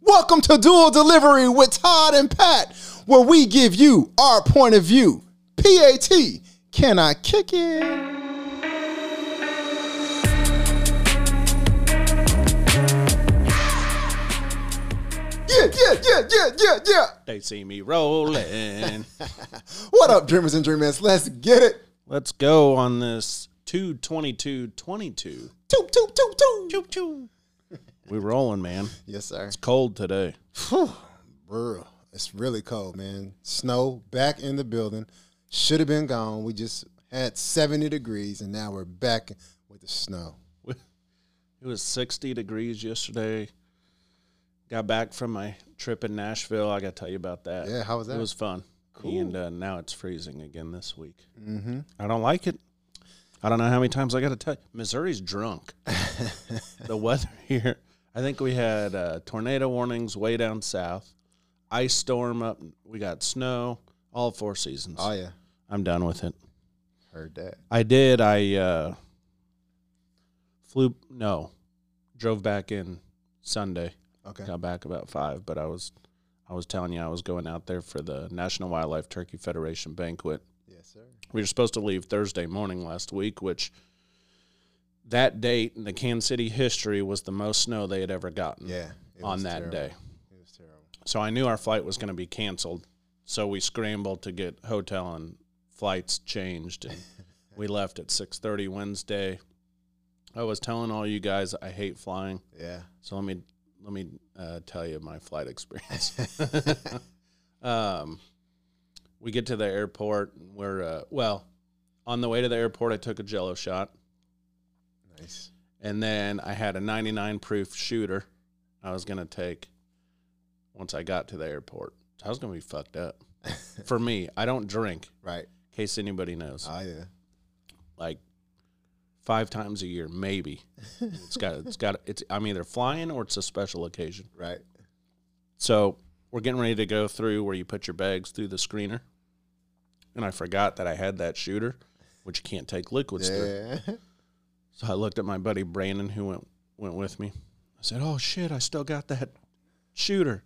Welcome to Dual Delivery with Todd and Pat, where we give you our point of view. PAT, can I kick it? Yeah, yeah, yeah, yeah, yeah, yeah. They see me rolling. What up, dreamers and dreamers? Let's get it. Let's go on this 22222. Toop, toop, toop, toop. Choo choo. We rolling, man. Yes, sir. It's cold today. Bruh, it's really cold, man. Snow back in the building. Should have been gone. We just had 70 degrees, and now we're back with the snow. It was 60 degrees yesterday. Got back from my trip in Nashville. I got to tell you about that. Yeah, how was that? It was fun. Cool. And uh, now it's freezing again this week. Mm-hmm. I don't like it. I don't know how many times I got to tell you. Missouri's drunk. the weather here. I think we had uh, tornado warnings way down south, ice storm up. We got snow. All four seasons. Oh, yeah. I'm done with it. Heard that. I did. I uh, flew. No, drove back in Sunday. Okay. Got back about five, but I was, I was telling you I was going out there for the National Wildlife Turkey Federation banquet. Yes, sir. We were supposed to leave Thursday morning last week, which that date in the Kansas City history was the most snow they had ever gotten Yeah. it on was that terrible. day. It was terrible. So I knew our flight was going to be canceled. So we scrambled to get hotel and flights changed, and we left at six thirty Wednesday. I was telling all you guys I hate flying, Yeah. so let me let me uh, tell you my flight experience. um, we get to the airport. and We're uh, well on the way to the airport. I took a Jello shot, Nice. and then I had a ninety nine proof shooter. I was gonna take once I got to the airport. So I was gonna be fucked up. For me, I don't drink. Right. In case anybody knows, Oh, yeah. like five times a year, maybe. It's got. It's got. It's. I'm either flying or it's a special occasion. Right. So we're getting ready to go through where you put your bags through the screener. And I forgot that I had that shooter, which you can't take liquids through. Yeah. So I looked at my buddy Brandon who went went with me. I said, "Oh shit, I still got that shooter."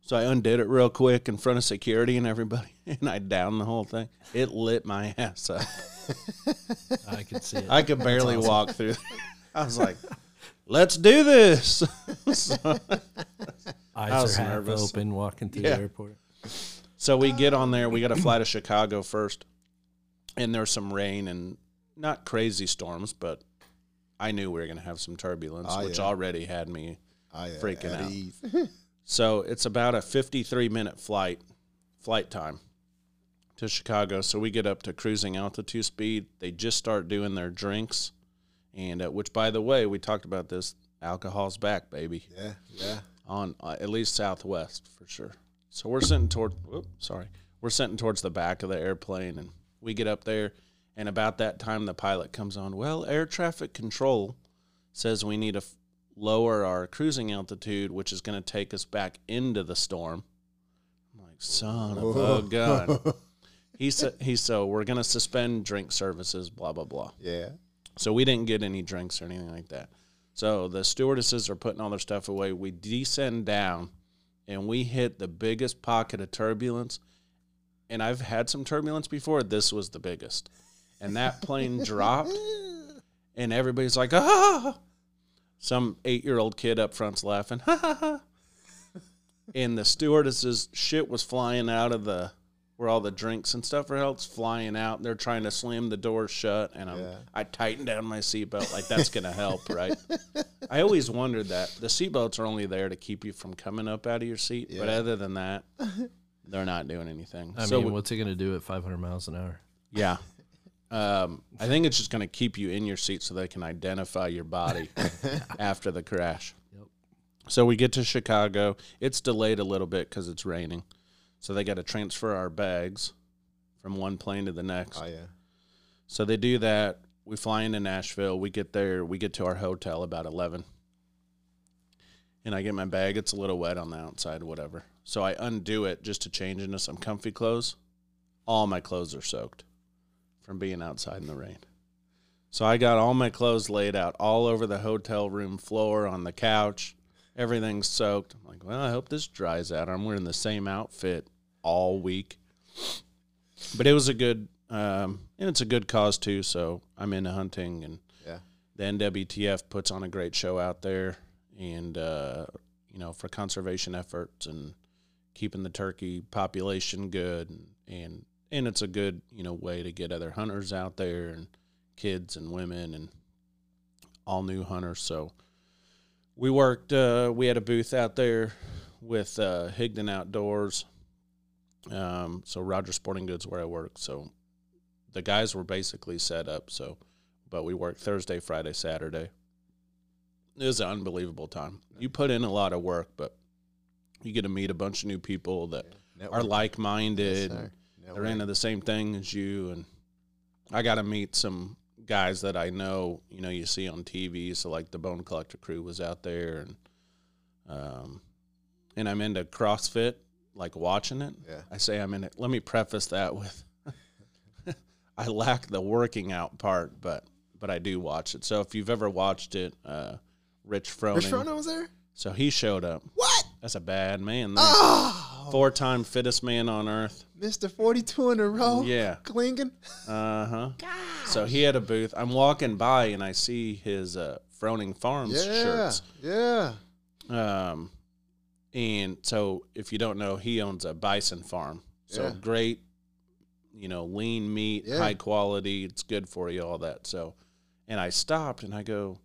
So I undid it real quick in front of security and everybody, and I downed the whole thing. It lit my ass up. I can see it. I could barely walk through. I was like, "Let's do this." so, I was Eyes are half nervous. open walking through Yeah. the airport. So we get on there. We got to fly to Chicago first, and there's some rain and not crazy storms, but I knew we were going to have some turbulence, Oh, which yeah. already had me. Oh, yeah. Freaking At out. ease. So it's about a 53 minute flight, flight time to Chicago. So we get up to cruising altitude speed. They just start doing their drinks, and uh, which, by the way, we talked about this. Alcohol's back, baby Yeah. Yeah. on uh, at least southwest for sure. So we're sitting toward whoop, sorry. We're sitting towards the back of the airplane and we get up there and about that time the pilot comes on, well, air traffic control says we need to f- lower our cruising altitude, which is going to take us back into the storm. I'm like, son of a gun. He said, he so we're going to suspend drink services, blah blah blah. Yeah. So we didn't get any drinks or anything like that. So the stewardesses are putting all their stuff away. We descend down and we hit the biggest pocket of turbulence. And I've had some turbulence before. This was the biggest. And that plane dropped and everybody's like, ah. Some eight year old kid up front's laughing. Ha ha ha. And the stewardesses shit was flying out of the where all the drinks and stuff are held, it's flying out. They're trying to slam the door shut, and I'm, Yeah. I tighten down my seatbelt like that's gonna help, right? I always wondered that the seatbelts are only there to keep you from coming up out of your seat, but Yeah. other than that, they're not doing anything. I so mean, we- what's it going to do at 500 miles an hour? yeah. Um, I think it's just going to keep you in your seat so they can identify your body after the crash. Yep. So we get to Chicago. It's delayed a little bit because it's raining. So they got to transfer our bags from one plane to the next. Oh, yeah. So they do that. We fly into Nashville. We get there. We get to our hotel about 11. And I get my bag. It's a little wet on the outside, whatever. So I undo it just to change into some comfy clothes. All my clothes are soaked from being outside in the rain. So I got all my clothes laid out all over the hotel room floor, on the couch, Everything's soaked. I'm like, well, I hope this dries out. I'm wearing the same outfit all week. But it was a good, um, and it's a good cause too. So I'm into hunting, and Yeah. the NWTF puts on a great show out there, and uh, you know, for conservation efforts and keeping the turkey population good, and, and and it's a good you know way to get other hunters out there and kids and women and all new hunters. So we worked. Uh, we had a booth out there with uh, Higdon Outdoors. Um, so Roger Sporting Goods where I work. So the guys were basically set up. So, but we worked Thursday, Friday, Saturday. It was an unbelievable time. You put in a lot of work, but you get to meet a bunch of new people that are like minded. they're into the same thing as you, and I got to meet some guys that I know. You know, you see on TV. So like the Bone Collector crew was out there, and um, and I'm into CrossFit, like watching it. Yeah. I say I'm in it. Let me preface that with I lack the working out part, but but I do watch it. So if you've ever watched it, uh, Rich Froning, Rich Frono was there? so he showed up. What? That's a bad man. there. Oh, Four-time fittest man on earth. Mr. 42 in a row. Yeah. Clinging. Uh huh. So he had a booth. I'm walking by and I see his uh, Froning Farms Yeah. shirts. Yeah. Um, and so if you don't know, he owns a bison farm. So Yeah. great, you know, lean meat, Yeah. high quality. It's good for you, all that. So, and I stopped and I go,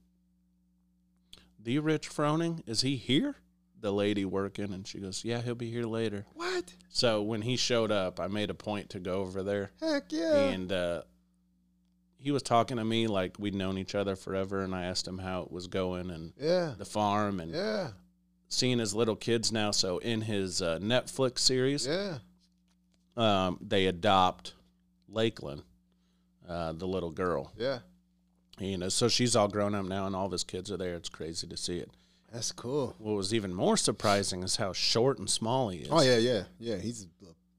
"The Rich Froning is he here?" The lady working and she goes, "Yeah, he'll be here later." What? So when he showed up, I made a point to go over there Heck yeah. and uh, he was talking to me like we'd known each other forever and i asked him how it was going and yeah. the farm and Yeah. seeing his little kids now so in his uh, netflix series Yeah. um, they adopt lakeland uh, the little girl Yeah. you know so she's all grown up now and all of his kids are there it's crazy to see it That's cool. what was even more surprising is how short and small he is Oh yeah, yeah, yeah. He's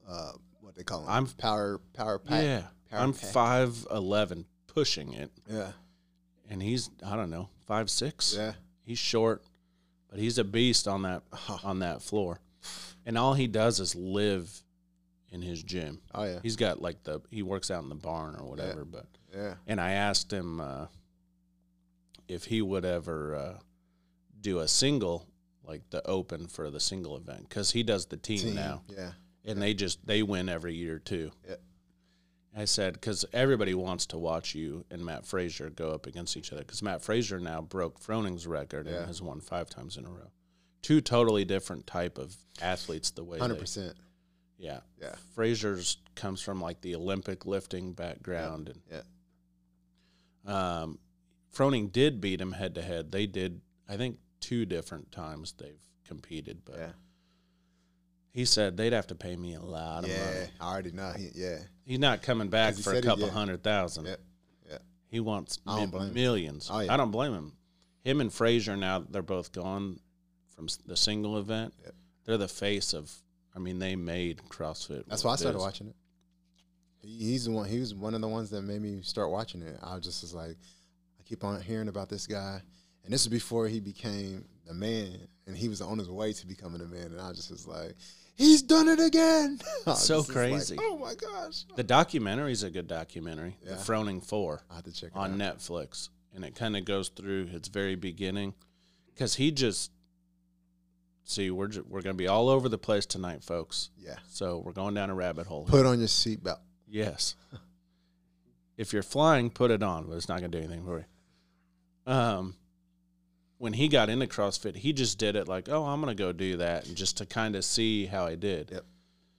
uh, what they call him. I'm- power, power pack. yeah Power i'm pack. 511 pushing it Yeah, and he's i don't know five six yeah. He's short, but he's a beast on that on that floor. And all he does is live in his gym. Oh yeah, He's got like the he works out in the barn or whatever, but yeah. and I asked him uh, if he would ever uh, do a single like the open for the single event cuz he does the team, Team, now Yeah, and they just they win every year too. Yeah. I said because everybody wants to watch you and Matt Frazier go up against each other because Matt Frazier now broke Froning's record Yeah. and has won five times in a row. Two totally different type of athletes. The way hundred they, percent. yeah, Yeah. Frazier's comes from like the Olympic lifting background and Yeah, um, Froning did beat him head to head. They did, I think, two different times they've competed, but yeah, he said they'd have to pay me a lot of money. yeah. I already know. He, yeah, He's not coming back 'Cause he for a said he- couple yeah. hundred thousand. Yeah. Yeah. He wants I don't mi- blame him. millions. Oh, yeah. I don't blame him. Him and Frazier now they're both gone from s- the single event. Yeah. They're the face of. I mean, they made CrossFit. that's what why I it started is. watching it. He, he's the one. He was one of the ones that made me start watching it. I was just was like, I keep on hearing about this guy, and this is before he became the man, and he was on his way to becoming a man, and I just was like, he's done it again. I was So just like, crazy. oh my gosh. The documentary's a good documentary. The Yeah. Froning Four. I have to check it out. on Netflix, and it kind of goes through its very beginning, because he just see we're ju- we're gonna be all over the place tonight, folks. Yeah. So we're going down a rabbit hole. Put on your seatbelt. yes, if you're flying, put it on, but it's not gonna do anything for you. Um, when he got into CrossFit, he just did it like, oh, I'm gonna go do that, and just to kind of see how I did. Yep.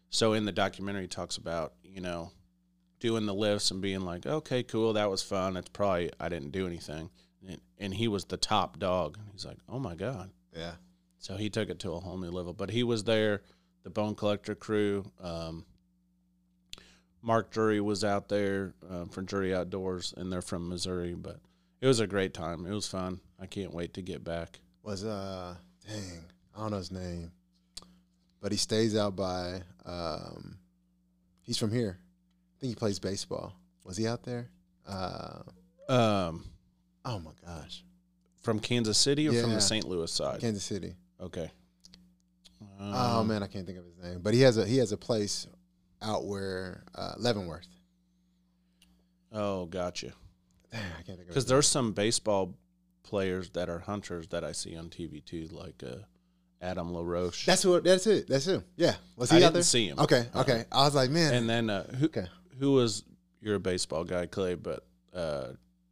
So in the documentary, he talks about you know doing the lifts and being like, okay, cool, that was fun. It's probably I didn't do anything, and, and he was the top dog. And he's like, oh my god. Yeah. So he took it to a whole new level. But he was there, the Bone Collector crew. Um, Mark Drury was out there uh, from Drury Outdoors, and they're from Missouri. But it was a great time. It was fun. I can't wait to get back. was uh dang, I don't know his name. But he stays out by um he's from here. I think he plays baseball. Was he out there? Uh Um, oh my gosh. from Kansas City or from Yeah. the St. Louis side? Kansas City. Okay. oh Um, man, I can't think of his name, but he has a he has a place out where uh, Leavenworth. Oh, gotcha. Damn, I can't think of Because his there's some baseball players that are hunters that I see on TV too, like uh, Adam LaRoche. That's who. That's it. That's who. Yeah. Was he I out didn't there? see him. Uh-huh. Okay. Okay. I was like, man. And then uh, who Okay. who was you're a baseball guy, Clay, but uh,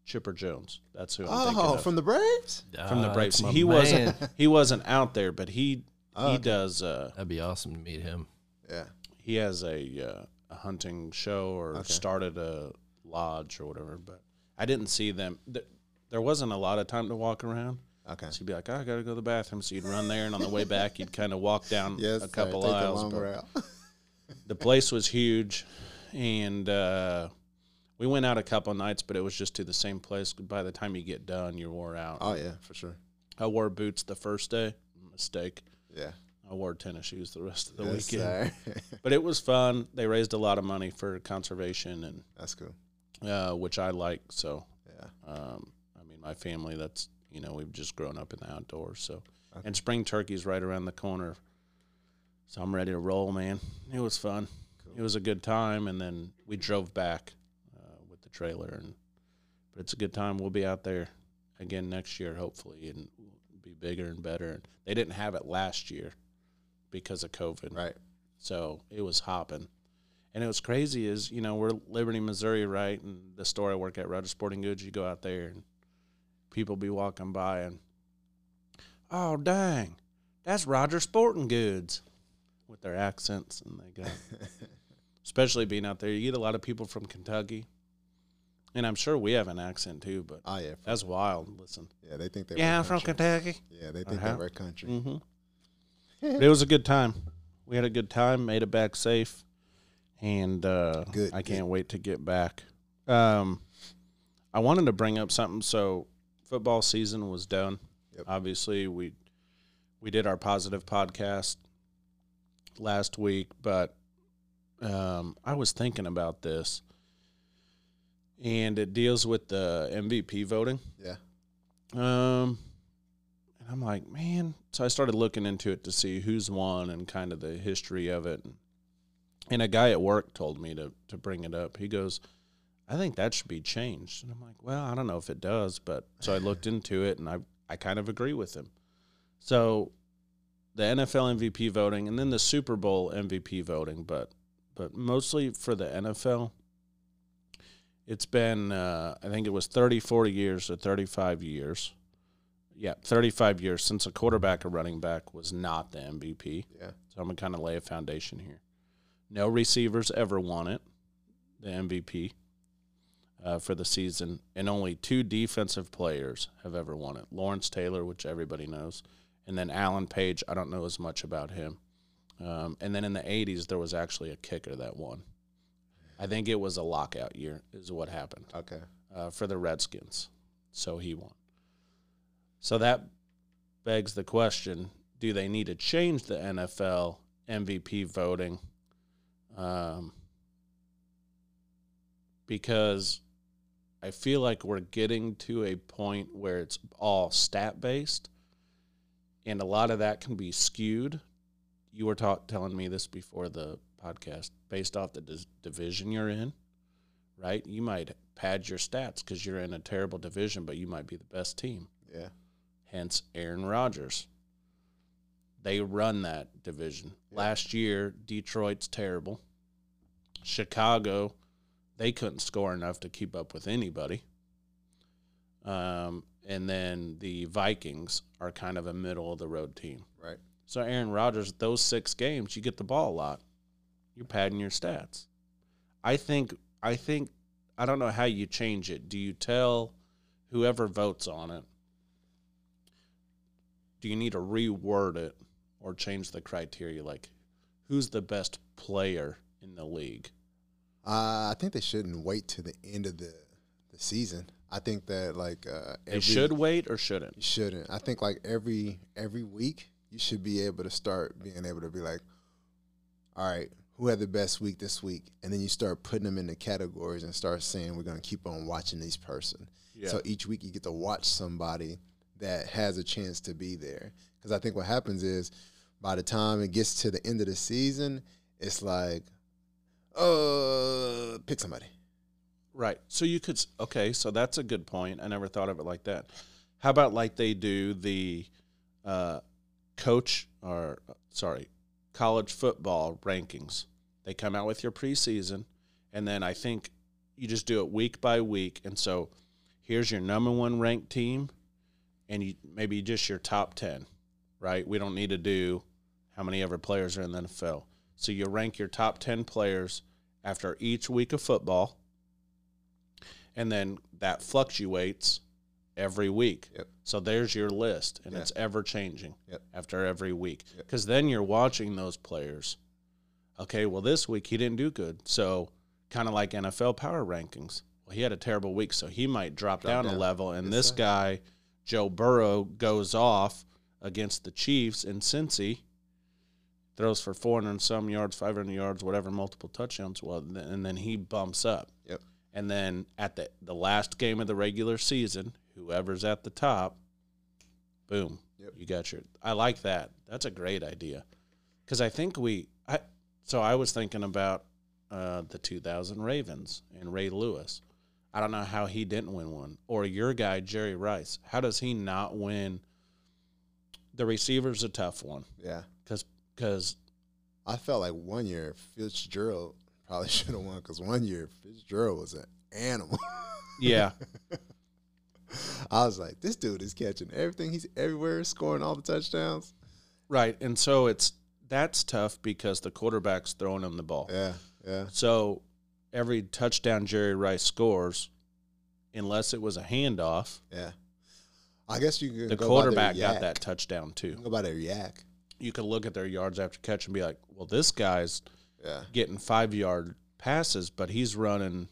Chipper Jones. That's who I'm oh, thinking of. from the Braves. from the Ah, Braves. that's my He wasn't man. he wasn't out there, but he he does uh, That'd be awesome to meet him. Yeah. he has a uh, a hunting show or started a lodge or whatever. But I didn't see them. Th- There wasn't a lot of time to walk around. Okay. So you'd be like, "Oh, I gotta go to the bathroom. So you'd run there, and on the way back, you'd kind of walk down Yes. a sir. couple Take the aisles. long but route. the place was huge, and uh, we went out a couple nights, but it was just to the same place. By the time you get done, you're wore out. Oh yeah, for sure. I wore boots the first day. Mistake. Yeah. I wore tennis shoes the rest of the Yes, weekend. sir. But it was fun. They raised a lot of money for conservation and That's cool. uh, which I like. So, Yeah. um, I mean, my family, that's, you know, we've just grown up in the outdoors. So, and spring turkey's right around the corner. So I'm ready to roll, man. It was fun. It was a good time. And then we drove back uh, with the trailer. And, but it's a good time. We'll be out there again next year, hopefully, and be bigger and better. And they didn't have it last year because of COVID. Right. So it was hopping. And it was crazy is, you know, we're Liberty, Missouri, right? And the store I work at, Rogers Sporting Goods, you go out there and people be walking by and, oh, dang, that's Roger Sporting Goods with their accents. And they go, especially being out there, you get a lot of people from Kentucky. And I'm sure we have an accent too, but Oh yeah. that's wild. Listen. Yeah. They think they. Yeah, were I'm from country. Kentucky. Yeah. They think Uh-huh. they were country. Mm-hmm. but it was a good time. We had a good time, made it back safe, and uh, Good, I can't wait to get back. Um, I wanted to bring up something. So, football season was done. Yep. Obviously, we we did our positive podcast last week, but um, I was thinking about this, and it deals with the MVP voting. Yeah. Um, and I'm like, man. So I started looking into it to see who's won and kind of the history of it. And a guy at work told me to to bring it up. He goes, I think that should be changed. And I'm like, well, I don't know if it does, but so I looked into it and I I kind of agree with him. So the NFL MVP voting and then the Super Bowl MVP voting, but but mostly for the NFL it's been uh, i think it was 30 40 years or 35 years yeah 35 years since a quarterback or running back was not the mvp Yeah. so i'm going to kind of lay a foundation here no receivers ever won it the mvp uh, for the season and only two defensive players have ever won it lawrence taylor which everybody knows and then alan page i don't know as much about him um, and then in the 80s there was actually a kicker that won i think it was a lockout year is what happened Okay. uh, for the Redskins. So he won. So that begs the question do they need to change the NFL MVP voting? Um, because I feel like we're getting to a point where it's all stat based, and a lot of that can be skewed. You were ta- telling me this before the podcast, based off the dis- division you're in right? You might pad your stats because you're in a terrible division, but you might be the best team. Yeah. Hence, Aaron Rodgers. They run that division. Last year, Detroit's terrible. Chicago, they couldn't score enough to keep up with anybody. Um, and then the Vikings are kind of a middle of the road team. Right. So Aaron Rodgers, those six games, you get the ball a lot. You're padding your stats. I think I think I don't know how you change it. Do you tell whoever votes on it? Do you need to reword it or change the criteria like who's the best player in the league? Uh, I think they shouldn't wait to the end of the the season. I think that like uh, They should wait or You shouldn't. shouldn't. I think like every every week you should be able to start being able to be like, all right, who had the best week this week, and then you start putting them into categories and start saying we're gonna keep on watching these person. Yeah. So each week you get to watch somebody that has a chance to be there. Because I think what happens is by the time it gets to the end of the season, it's like, uh, pick somebody. Right. So you could s- okay. So that's a good point. I never thought of it like that. How about like they do the uh, coach or sorry, college football rankings? They come out with your preseason, and then I think you just do it week by week. And so here's your number one ranked team, and you maybe just your top ten. Right. We don't need to do how many ever players are in the NFL. So you rank your top ten players after each week of football and then that fluctuates every week. Yep. So there's your list, and Yeah. it's ever changing Yep. after every week. Yep. Because then you're watching those players. Okay, well, this week he didn't do good. So, kind of like NFL power rankings. Well, he had a terrible week, so he might drop, Drop down, a down. level. And Yes, this sir. guy, Joe Burrow, goes off against the Chiefs in Cincy, throws for 400 and some yards, 500 yards, whatever, multiple touchdowns. Well, th- and then he bumps up. Yep. And then at the, the last game of the regular season, whoever's at the top, boom, Yep. you got your. I like that. That's a great idea. Because I think we, I, so I was thinking about uh, the 2000 Ravens and Ray Lewis. I don't know how he didn't win one. Or your guy, Jerry Rice. How does he not win? The receiver's a tough one Yeah. because I felt like one year Fitzgerald probably should have won because one year Fitzgerald was an animal. yeah, I was like, this dude is catching everything. He's everywhere, scoring all the touchdowns. right. And so it's that's tough because the quarterback's throwing him the ball. Yeah, yeah, So every touchdown Jerry Rice scores, unless it was a handoff, yeah. I guess you could the go by their quarterback yak. got that touchdown You can too. Go by their yak. You could look at their yards after catch and be like, well, this guy's Yeah, getting five yard passes, but he's running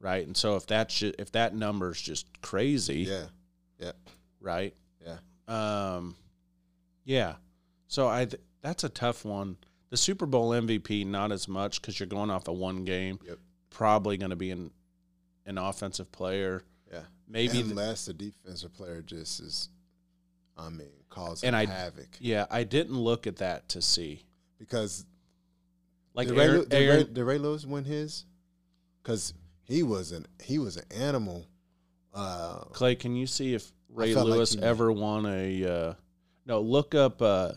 right. And so if that ju- if that number's just crazy, yeah, yeah, right? yeah. Um, yeah. So I th- that's a tough one. The Super Bowl MVP not as much because you're going off a one game. Yep. Probably going to be an an offensive player. Yeah. Maybe. th- unless the defensive player just is, I mean, causing And I- havoc yeah, I didn't look at that to see. because Like did Ray, Aaron, Lew- did, Ray, Aaron- did Ray Lewis win his? Because he was an he was an animal. Uh, Clay, can you see if Ray felt like Lewis he- ever won a? Uh, no, look up uh,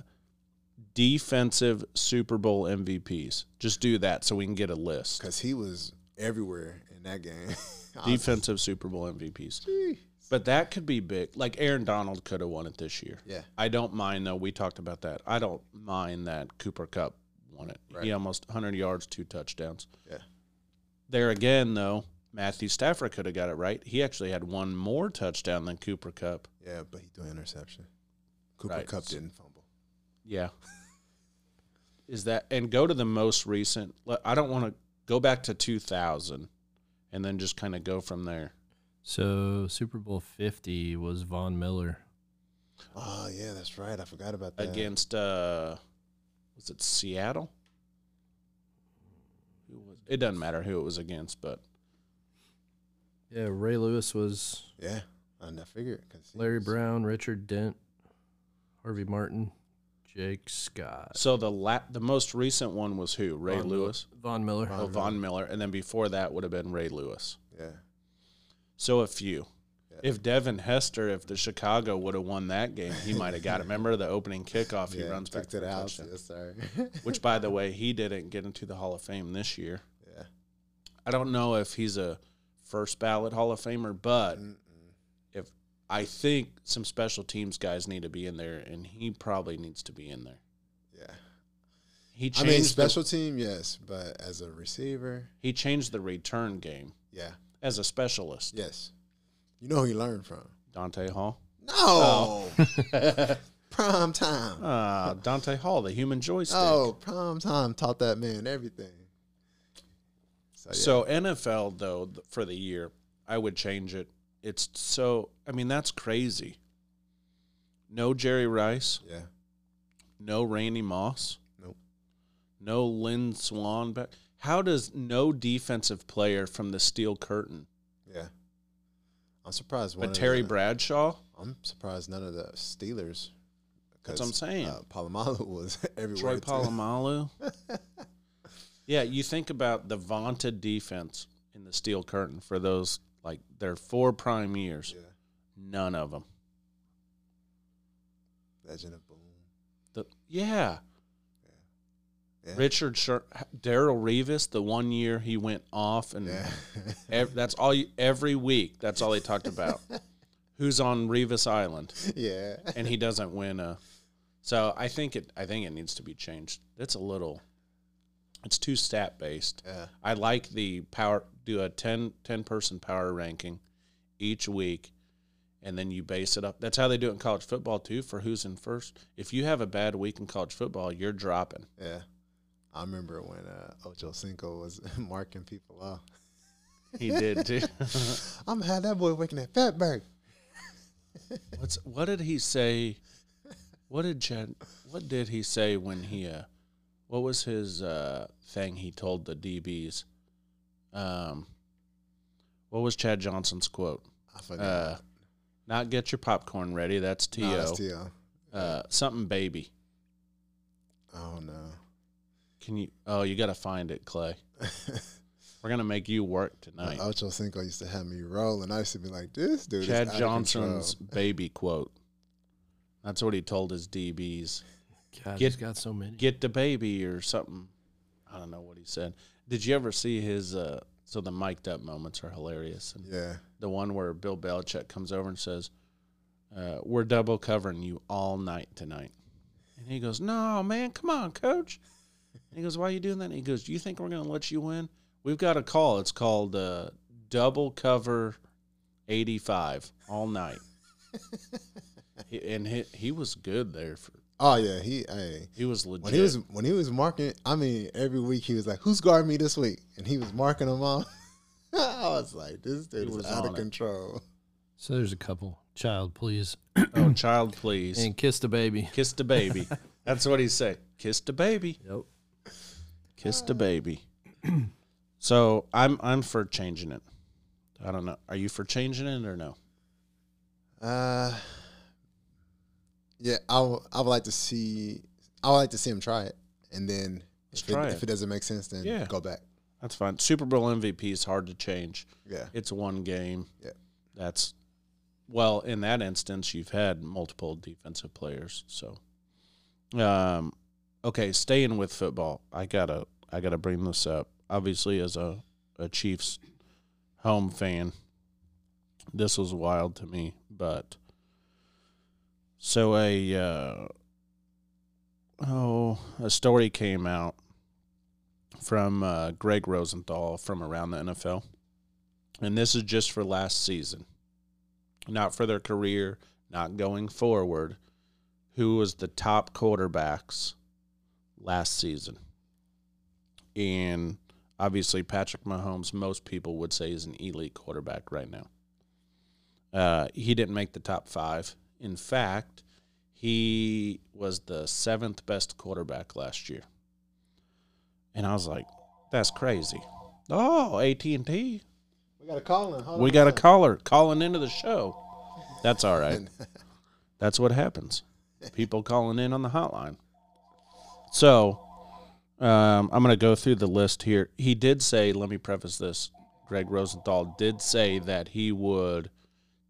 defensive Super Bowl MVPs. Just do that so we can get a list. because he was everywhere in that game. I was- Defensive Super Bowl MVPs. Jeez. But that could be big. Like Aaron Donald could have won it this year. Yeah, I don't mind though. We talked about that. I don't mind that Cooper Cup won it. Right. He almost 100 yards, two touchdowns. yeah, There again though, Matthew Stafford could have got it right. He actually had one more touchdown than Cooper Cup. yeah. But he threw an interception. Cooper Right. Cup didn't fumble. Yeah. Is that and go to the most recent? le- I don't want to go back to 2000 and then just kind of go from there. So Super Bowl 50 was Von Miller. Oh yeah, that's right. I forgot about that. against uh was it Seattle? Who was it doesn't matter who it was against, but Yeah, Ray Lewis was Yeah, I not figured. 'cause he Larry was- Brown, Richard Dent, Harvey Martin, Jake Scott. so the la- the most recent one was who? Ray Von Mil- Lewis. Von Miller. Oh, Von Miller, and then before that would have been Ray Lewis. Yeah, So a few. Yeah. If Devin Hester, if the Chicago would have won that game, he might have got it. Remember the opening kickoff? He yeah. runs back kicked to it the out. touchdown. Yes, sir. Which, by the way, he didn't get into the Hall of Fame this year. yeah. I don't know if he's a first ballot Hall of Famer, but Mm-mm. I think some special teams guys need to be in there, and he probably needs to be in there. Yeah. He I changed mean, the- special team, yes, but as a receiver, he changed the return game yeah, as a specialist. yes. You know who he learned from? Dante Hall. No, prime time. Ah, Dante Hall, the human joystick. Oh, prime time taught that man everything. So, yeah. So NFL though th- for the year, I would change it. It's so I mean that's crazy. No Jerry Rice, yeah, no Randy Moss, Nope. no Lynn Swan. But how does no defensive player from the Steel Curtain yeah. I'm surprised. One But of Terry the- Bradshaw, I'm surprised none of the Steelers. That's what I'm 'cause, saying. Uh, Palomalu was everywhere. too. Troy Polamalu. yeah, you think about the vaunted defense in the Steel Curtain for those like their four prime years. Yeah. None of them. Legend of Boom. The, yeah. Yeah. Richard Sher- Daryl Revis, the one year he went off, and Yeah. ev- that's all you, every week. That's all he talked about. Who's on Revis Island, yeah. and he doesn't win a. So I think it. I think it needs to be changed. It's a little. It's too stat based. Yeah. I like the power do a 10, 10 person power ranking each week and then you base it up. That's how they do it in college football too for who's in first. If you have a bad week in college football, you're dropping. Yeah. I remember when uh, Ocho Cinco was marking people off. He did too. I'm gonna have that boy waking that fat bird. What's what did he say? What did Chad what did he say when he uh what was his uh thing he told the DBs? Um what was Chad Johnson's quote? I forgot. Uh not get your popcorn ready. That's T.O. Oh, No, that's T.O. uh, something baby. Oh no. Can you? Oh, you got to find it, Clay. We're gonna make you work tonight. Ocho Cinco used to have me rolling. I used to be like, this Oh, dude is Chad out of Johnson's control. baby quote. That's what he told his DBs. God, Get- he's got so many. Get the baby or something. I don't know what he said. Did you ever see his? Uh, so the mic'd up moments are hilarious. And Yeah. the one where Bill Belichick comes over and says, uh, "We're double covering you all night tonight," and he goes, "No, man, come on, coach." And he goes, "Why are you doing that?" And he goes, "Do you think we're going to let you win? We've got a call. It's called uh, double cover eighty-five all night." He- and he, he was good there. For, Oh yeah. He. Hey. he was legit. When he was when he was marking, I mean, every week he was like, "Who's guarding me this week?" And he was marking them off. I was like, "This dude He is was out on of it. control." So there's a couple. Child, please, oh, child, please and kiss the baby. kiss the baby. That's what he said. Kiss the baby. Yep. Kiss the baby. so I'm I'm for changing it. I don't know. Are you for changing it or no? Uh, yeah, I would- I would like to see I would like to see him try it, and then Let's if, it, try if it. it doesn't make sense, then Yeah. go back. That's fine. Super Bowl MVP is hard to change. Yeah, It's one game. Yeah. That's well, in that instance, you've had multiple defensive players. So um okay, staying with football, I gotta I gotta bring this up. Obviously as a, a Chiefs home fan, this was wild to me, but so a uh oh, a story came out from uh, Greg Rosenthal from around the NFL. And this is just for last season, not for their career, not going forward. Who was the top quarterbacks last season? And obviously, Patrick Mahomes, most people would say, is an elite quarterback right now. Uh, he didn't make the top five. In fact, he was the seventh best quarterback last year. And I was like, that's crazy. Oh, AT&T. we got a call in. Hold We on got a one sec. caller calling into the show. That's all right. That's what happens. People calling in on the hotline. So, um, I'm going to go through the list here. He did say, let me preface this Greg Rosenthal did say that he would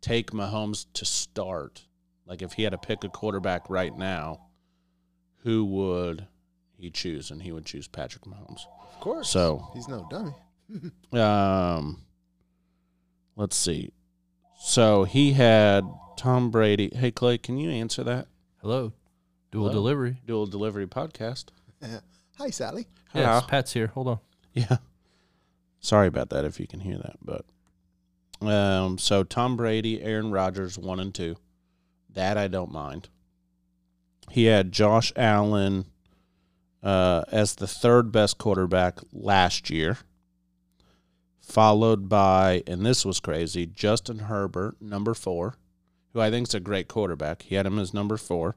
take Mahomes to start. Like, if he had to pick a quarterback right now, who would he choose? And he would choose Patrick Mahomes. Of course, So, he's no dummy. um, let's see. So he had Tom Brady. Hey Clay, can you answer that Hello. Dual Hello? delivery. dual delivery podcast? Hi, Sally. Yes, Pat's here. Hold on. Yeah. Sorry about that if you can hear that, but um so Tom Brady, Aaron Rodgers 1 and 2. That I don't mind. He had Josh Allen uh as the third best quarterback last year. Followed by, and this was crazy, Justin Herbert, number four, who I think is a great quarterback. He had him as number four.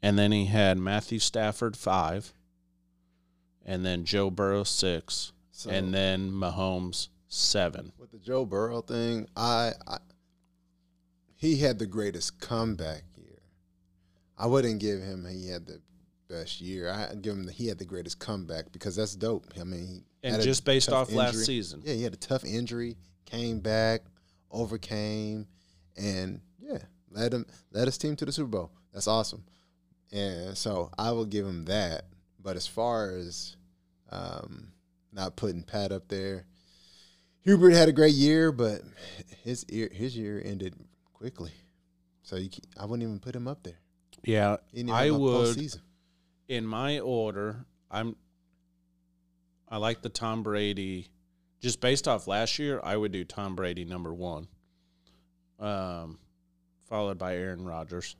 And then he had Matthew Stafford, five. And then Joe Burrow, six So and then Mahomes seven. with the Joe Burrow thing, I, I he had the greatest comeback year. I wouldn't give him he had the best year. I give him the, he had the greatest comeback because that's dope. I mean, he had and a just based tough off last injury. season. Yeah, he had a tough injury, came back, overcame, and yeah, led him led his team to the Super Bowl. That's awesome. And so I will give him that. But as far as um, not putting Pat up there, Hubert had a great year, but his ear, his year ended quickly. So you, ca- I wouldn't even put him up there. Yeah, He didn't even I have a would. postseason. In my order, I'm. I like the Tom Brady. Just based off last year, I would do Tom Brady number one, um, followed by Aaron Rodgers,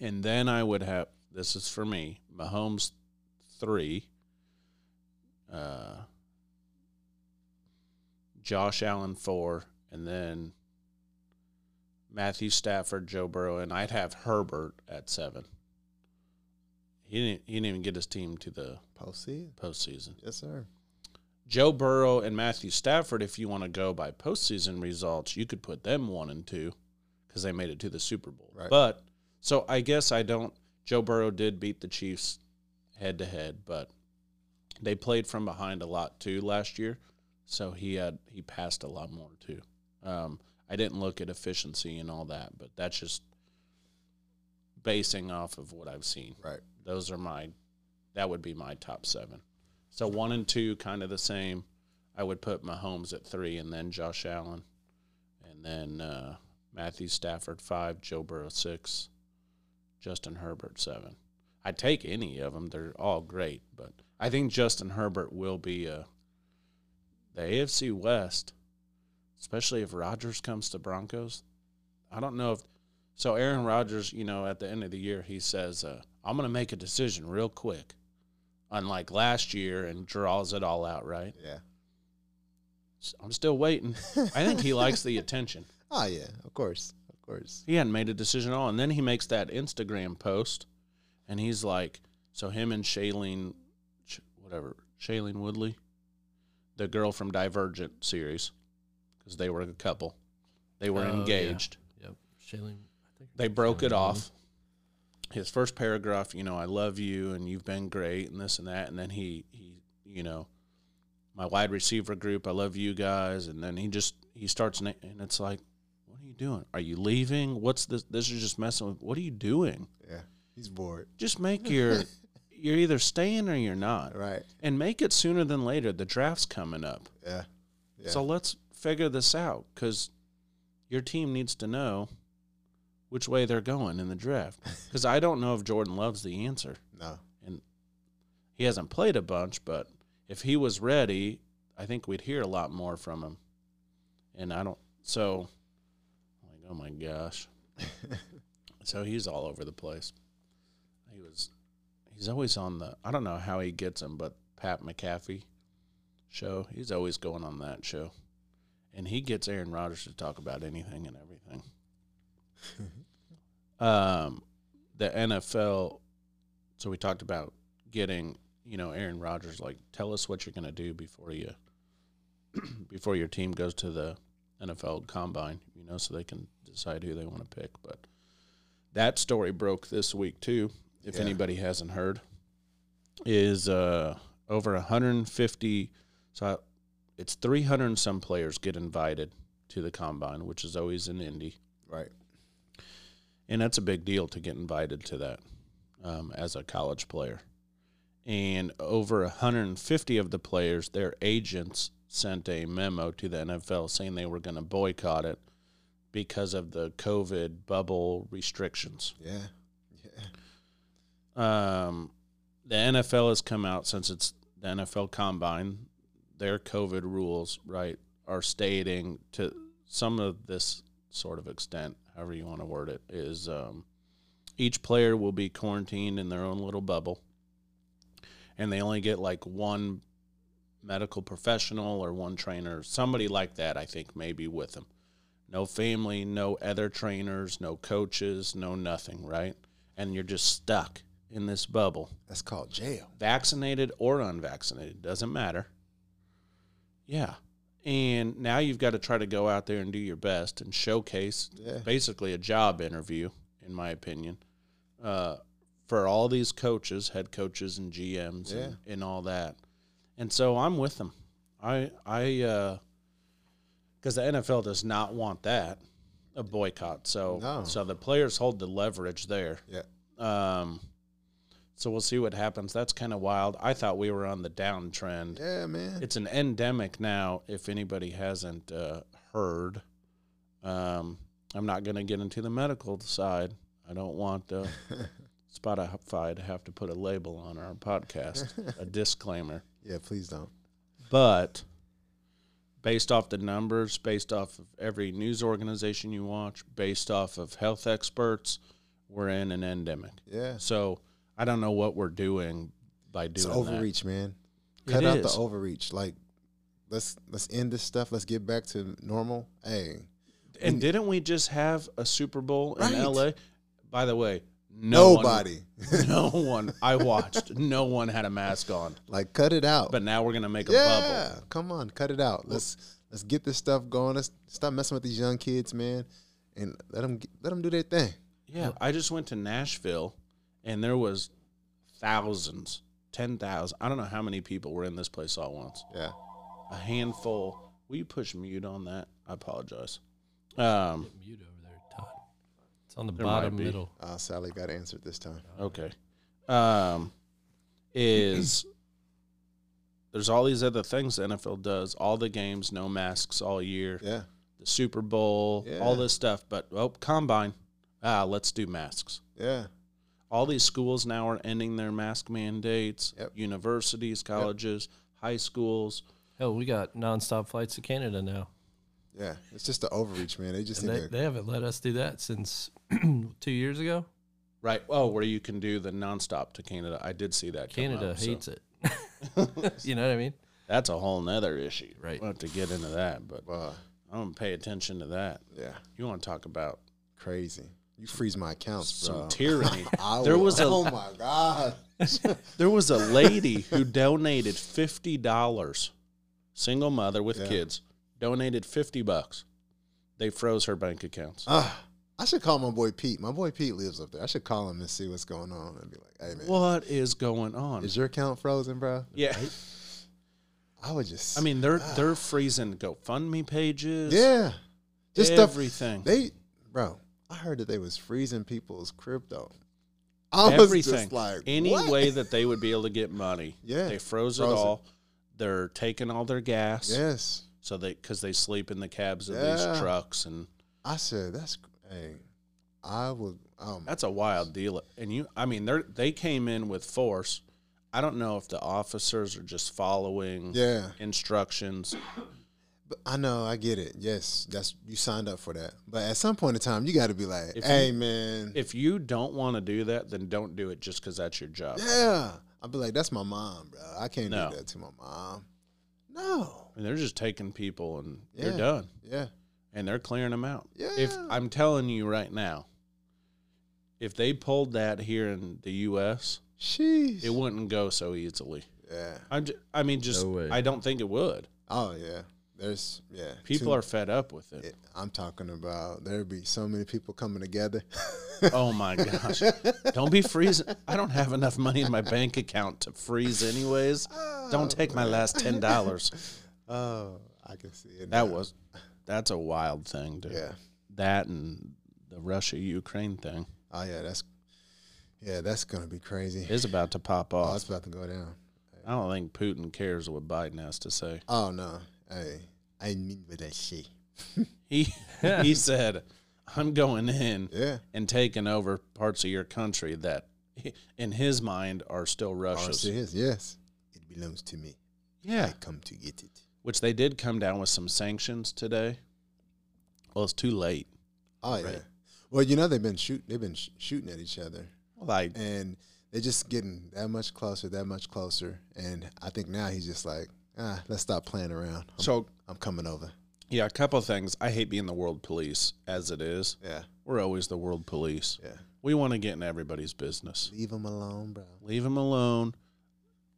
and then I would have. This is for me, Mahomes three. Uh, Josh Allen four, and then Matthew Stafford, Joe Burrow, and I'd have Herbert at seven. He didn't. He didn't even get his team to the Postseason, postseason. yes sir. Joe Burrow and Matthew Stafford, if you want to go by postseason results, you could put them one and two because they made it to the Super Bowl. Right. But so I guess I don't. Joe Burrow did beat the Chiefs head to head, but they played from behind a lot too last year, so he had he passed a lot more too. Um, I didn't look at efficiency and all that, but that's just basing off of what I've seen Right. those are my that would be my top seven. So one and two kind of the same. I would put Mahomes at three and then Josh Allen. And then uh, Matthew Stafford five, Joe Burrow six, Justin Herbert seven. I take any of them. They're all great, but I think Justin Herbert will be a the AFC West, especially if Rodgers comes to Broncos. I don't know if so Aaron Rodgers, you know, at the end of the year, he says, uh, "I'm going to make a decision real quick," unlike last year, and draws it all out. Right? Yeah. S- I'm still waiting. I think he likes the attention. Oh yeah, of course, of course. He hadn't made a decision at all, and then he makes that Instagram post, and he's like, "So him and Shailene, Sh- whatever Shailene Woodley, the girl from Divergent series, because they were a couple, they were Oh, yeah. engaged." Yep. Shailene. I think they broke it Mhm. off. His first paragraph, you know, I love you and you've been great and this and that. And then he, he, you know, my wide receiver group, I love you guys. And then he just, he starts na- and it's like, what are you doing? Are you leaving? What's this? This is just messing with, what are you doing? Yeah, he's bored. Just make your, you're either staying or you're not. Right. And make it sooner than later. The draft's coming up. Yeah. Yeah. So let's figure this out because your team needs to know which way they're going in the draft. Because I don't know if Jordan loves the answer. No. He hasn't played a bunch, but if he was ready, I think we'd hear a lot more from him. And I don't, so, like, oh my gosh. so he's all over the place. He was, he's always on the, I don't know how he gets him, but Pat McAfee show, he's always going on that show. And he gets Aaron Rodgers to talk about anything and everything. um, the NFL, so we talked about getting, you know, Aaron Rodgers, like, tell us what you're going to do before you, before your team goes to the NFL combine, you know, so they can decide who they want to pick. But that story broke this week too, if Yeah. anybody hasn't heard, is uh, over 150. So I, it's 300 and some players get invited to the combine, which is always in Indy Right. and that's a big deal to get invited to that um, as a college player. And over 150 of the players, their agents sent a memo to the NFL saying they were going to boycott it because of the COVID bubble restrictions. Yeah. Yeah. Um, the NFL has come out since it's the NFL Combine. Their COVID rules, right, are stating to some of this sort of extent, however you want to word it, is um, each player will be quarantined in their own little bubble, and they only get like one medical professional or one trainer, somebody like that. I think maybe with them. No family, no other trainers, no coaches, no nothing, right? And you're just stuck in this bubble, That's called jail. vaccinated or unvaccinated, doesn't matter. Yeah. And now you've got to try to go out there and do your best and showcase Yeah. basically a job interview, in my opinion, uh, for all these coaches, head coaches, and GMs, and, and all that. And so I'm with them. I I because the NFL does not want that a boycott. So No. so the players hold the leverage there. Yeah. Um, so we'll see what happens. That's kind of wild. I thought we were on the downtrend. Yeah, man. It's an endemic now. If anybody hasn't uh, heard, um, I'm not going to get into the medical side. I don't want uh, Spotify to have to put a label on our podcast, a disclaimer. yeah, please don't. But based off the numbers, based off of every news organization you watch, based off of health experts, we're in an endemic. Yeah. So I don't know what we're doing by doing It's that. overreach, man. It Cut out the is. overreach. Like let's let's end this stuff. Let's get back to normal. Hey. And didn't we just have a Super Bowl in Right. LA? By the way, no Nobody. one, no one. I watched. No one had a mask on. like cut it out. But now we're gonna make a yeah. Come on, cut it out. Let's let's get this stuff going. Let's stop messing with these young kids, man. And let them let them do their thing. bubble. Yeah, I just went to Nashville, and there was thousands, ten thousand. I don't know how many people were in this place all at once. Yeah. A handful. Will you push mute on that? I apologize. Um, Mute over there, Todd. It's on the There might bottom be. middle. Uh, Sally got answered this time. Okay. Um, is there's all these other things the NFL does, all the games, no masks all year, Yeah. the Super Bowl, all Yeah. this stuff. But oh, combine, ah, let's do masks. Yeah. All these schools now are ending their mask mandates. Yep. Universities, colleges, high schools. Hell, we got nonstop flights to Canada now. Yeah. It's just the overreach, man. They just And need they, to they haven't let us do that since two years ago. Right. Oh, where you can do the nonstop to Canada. I did see that. come Canada up, so hates it. you know what I mean? that's a whole nother issue. Right. We'll have to get into that, but Wow. I'm gonna pay attention to that. Yeah. You want to talk about Crazy. You freeze my accounts, some bro. tyranny. I There will- was a- oh my god. there was a lady who donated fifty dollars, single mother with kids, donated fifty bucks. They froze her bank accounts. Ah, I should call my boy Pete. My boy Pete lives up there. I should call him and see what's going on and be like, "Hey man, What is going on? is your account frozen, bro?" yeah, I would just. I mean they're they're freezing GoFundMe pages. Ah. yeah, just stuff. everything. They, bro. I heard that they was freezing people's crypto. I was everything. just like, Any what? way that they would be able to get money. Yeah, they froze, froze it it. all. They're taking all their gas. Yes, So they because they sleep in the cabs of Yeah. these trucks and. I said that's. Hey, I would. Um, That's a wild deal. And you, I mean, they they came in with force. I don't know if the officers are just following yeah, instructions. but I know. I get it. Yes, that's you signed up for that. But at some point in time, you got to be like, If "Hey, man." If you don't want to do that, then don't do it just because that's your job. yeah, I'd be like, "That's my mom, bro. I can't No. do that to my mom." No. And they're just taking people and Yeah. they're done Yeah. and they're clearing them out. If Yeah. I'm telling you right now, if they pulled that here in the U.S., Sheesh. it wouldn't go so easily. yeah. I'm just, I mean, just No way. I don't think it would. Oh yeah. There's yeah. People Too- are fed up with it. it- I'm talking about there'd be so many people coming together. Oh my gosh. Don't be freezing. I don't have enough money in my bank account to freeze anyways. Don't take my last ten dollars. Oh, I can see it. That now. was that's a wild thing, dude. yeah. That and the Russia Ukraine thing Oh yeah. That's yeah. That's gonna be crazy. is about to pop oh, off. it's about to go down. I don't think Putin cares what Biden has to say. Oh no. Hey, I ain't mean with that shit. He he said, I'm going in Yeah. and taking over parts of your country that in his mind are still Oh, Russia's. serious? Yes. It belongs to me. Yeah. I come to get it. Which they did come down with some sanctions today. Well, it's too late. Oh yeah. Well, you know they've been shoot. They've been sh- shooting at each other. Like and they're just getting that much closer, that much closer. And I think now he's just like, ah, let's stop playing around. I'm, so, I'm coming over. yeah, a couple of things. I hate being the world police as it is. Yeah, We're always the world police. yeah. We want to get in everybody's business. Leave him alone, bro. Leave them alone.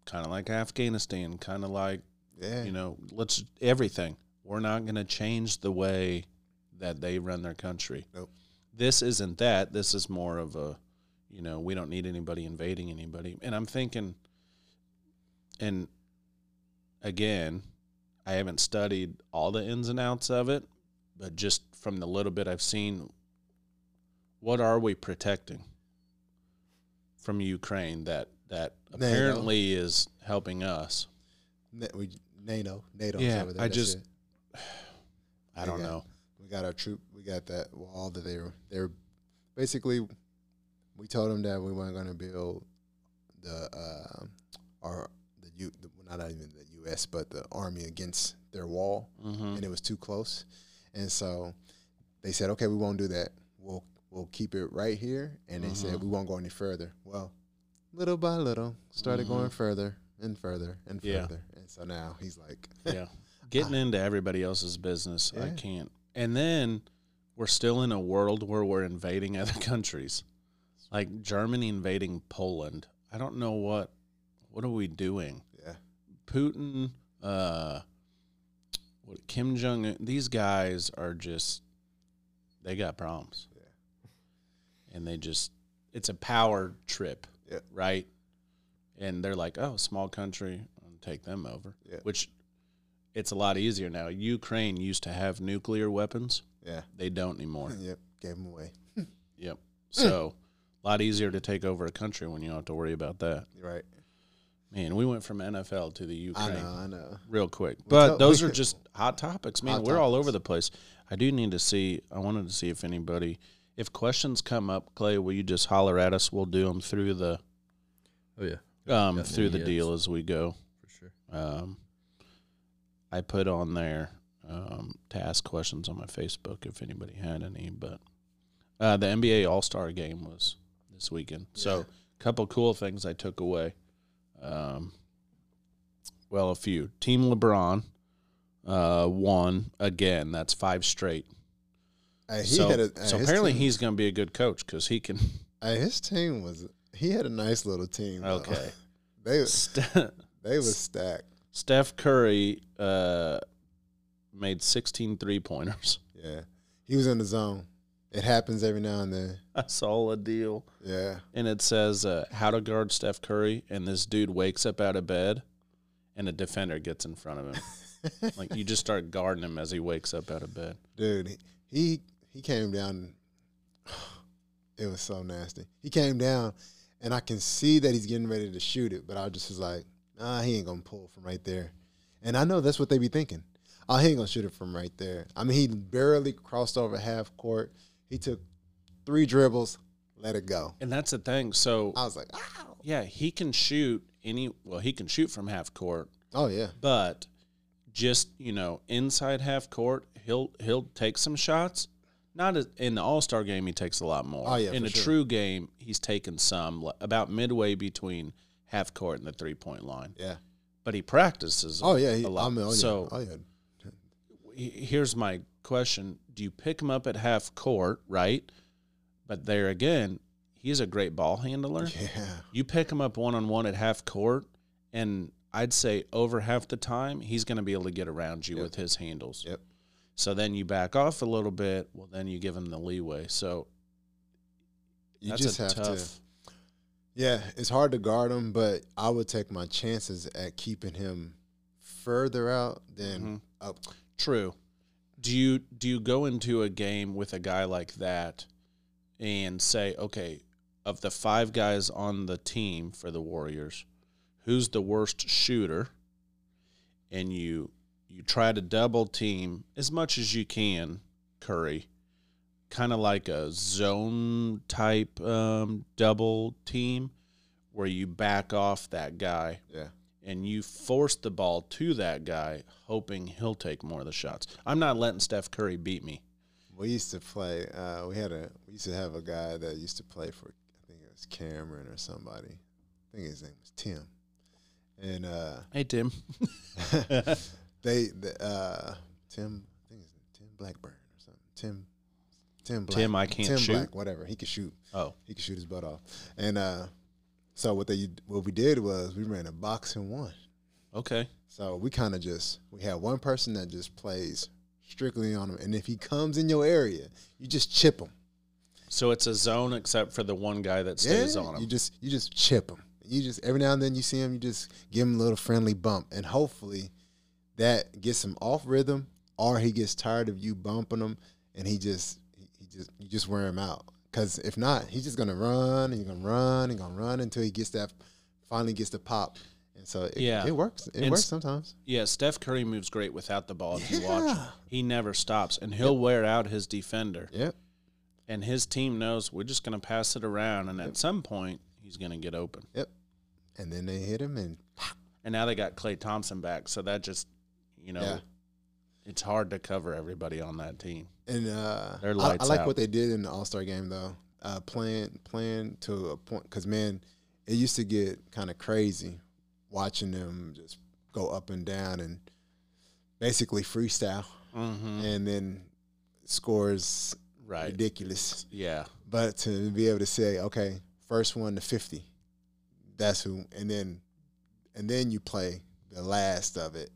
Kind of like Afghanistan. Kind of like Yeah, you know, let's everything. We're not going to change the way that they run their country. Nope. This isn't that. This is more of a, you know, we don't need anybody invading anybody. And I'm thinking, and again, I haven't studied all the ins and outs of it, but just from the little bit I've seen, what are we protecting from Ukraine that that NATO. apparently is helping us? Na- we, NATO, NATO's Yeah, over there. I that's just- it. I don't Yeah. know. we got our troop. We got that wall that they were. They were basically. We told them that we weren't going to build the uh, our the U the, well, not even the U.S. but the army against their wall, hmm and it was too close, and so they said, okay, we won't do that. We'll we'll keep it right here, and they said Mhm. we won't go any further. Well, little by little, started Mhm. going further and further and Yeah. further, and so now he's like, yeah. Getting into everybody else's business, I Yeah. can't. And then we're still in a world where we're invading other countries. Like Germany invading Poland. I don't know what what are we doing? yeah, Putin, uh what Kim Jong Un these guys are just they got problems. And they just it's a power trip. Yeah. Right? And they're like, Oh, small country, I'll take them over. Yeah. Which it's a lot easier now. Ukraine used to have nuclear weapons. yeah, They don't anymore. yeah, yep, gave him away. yep. So a lot easier to take over a country when you don't have to worry about that. You're right. Man, we went from NFL to the Ukraine I know, I know. real quick. We But tell- those we- are just hot topics. Man, Hot we're all topics. over the place. I do need to see. I wanted to see if anybody, if questions come up, Clay, will you just holler at us? We'll do them through the Oh yeah, um Got through the any deal as we go. for sure. Um, I put on there um, to ask questions on my Facebook if anybody had any. But uh, the NBA All Star Game was this weekend, so Yeah. a couple cool things I took away. Um, well, a few. Team LeBron uh, won again. That's five straight. Hey, he so had a, so hey, his apparently team, he's going to be a good coach because he can. hey, his team was he had a nice little team. though. Okay. they St- they was stacked. Steph Curry uh, made 16 three pointers. Yeah, he was in the zone. It happens every now and then. I saw a deal, Yeah, and it says uh, how to guard Steph Curry, and this dude wakes up out of bed, and a defender gets in front of him. like you just start guarding him as he wakes up out of bed. dude, he- he he came down. It was so nasty. He came down, and I can see that he's getting ready to shoot it, but I just was like, nah, he ain't gonna pull from right there. And I know that's what they be thinking. Oh, he ain't gonna shoot it from right there. I mean, he barely crossed over half court. He took three dribbles, let it go. And that's the thing. So I was like, ow. yeah, he can shoot any. Well, he can shoot from half court, Oh yeah, but just you know inside half court, he'll he'll take some shots. Not as, in the All Star game, he takes a lot more. Oh, yeah, in for a sure. true game, he's taken some li- about midway between half court and the three point line. yeah. but he practices. Oh yeah, he, a lot. I mean, oh, yeah. so oh yeah, he- here's my question: Do you pick him up at half court, right? But there again, he's a great ball handler. yeah, You pick him up one on one at half court, and I'd say over half the time he's going to be able to get around you Yep. with his handles. Yep. So then you back off a little bit. Well, then you give him the leeway. So you that's just a have tough. to. Yeah, it's hard to guard him, but I would take my chances at keeping him further out than Mhm. up. True. Do you do you go into a game with a guy like that and say, okay, of the five guys on the team for the Warriors, who's the worst shooter? And you you try to double team as much as you can, Curry, kind of like a zone type um, double team, where you back off that guy Yeah, and you force the ball to that guy, hoping he'll take more of the shots. I'm not letting Steph Curry beat me. we used to play. Uh, we had a we used to have a guy that used to play for. I think it was Cameron or somebody. I think his name was Tim, and uh, Hey Tim, they the, uh, Tim. I think it's Tim Blackburn or something. Tim. Tim Black. Tim, I can't Tim shoot. Black. Whatever. He could shoot. Oh, he could shoot his butt off. And uh, so what they what we did was we ran a box and one. Okay. So we kind of just we have one person that just plays strictly on him, and if he comes in your area, you just chip him. So it's a zone except for the one guy that stays on you him. just you just chip him. You just every now and then you see him, you just give him a little friendly bump, and hopefully that gets him off rhythm, or he gets tired of you bumping him, and he just he he just you just wear him out. Because if not, he's just gonna run and he's gonna run and gonna run until he gets that finally gets the pop. And so it, Yeah. it works. It And works s- sometimes. Yeah, Steph Curry moves great without the ball. If you watch, Yeah. he never stops, and he'll wear out his defender. Yep. And his team knows we're just going to pass it around, and at some point he's going to get open. Yep. And then they hit him and And now they got Clay Thompson back, so that just you know, Yeah. it's hard to cover everybody on that team. And uh, Their I- I, lights like out. what they did in the All Star game though. Uh, playing playing to a point because man, it used to get kind of crazy watching them just go up and down and basically freestyle Mm-hmm. and then scores Right. ridiculous. Yeah. But to be able to say, okay, first one to fifty, that's who, and then and then you play the last of it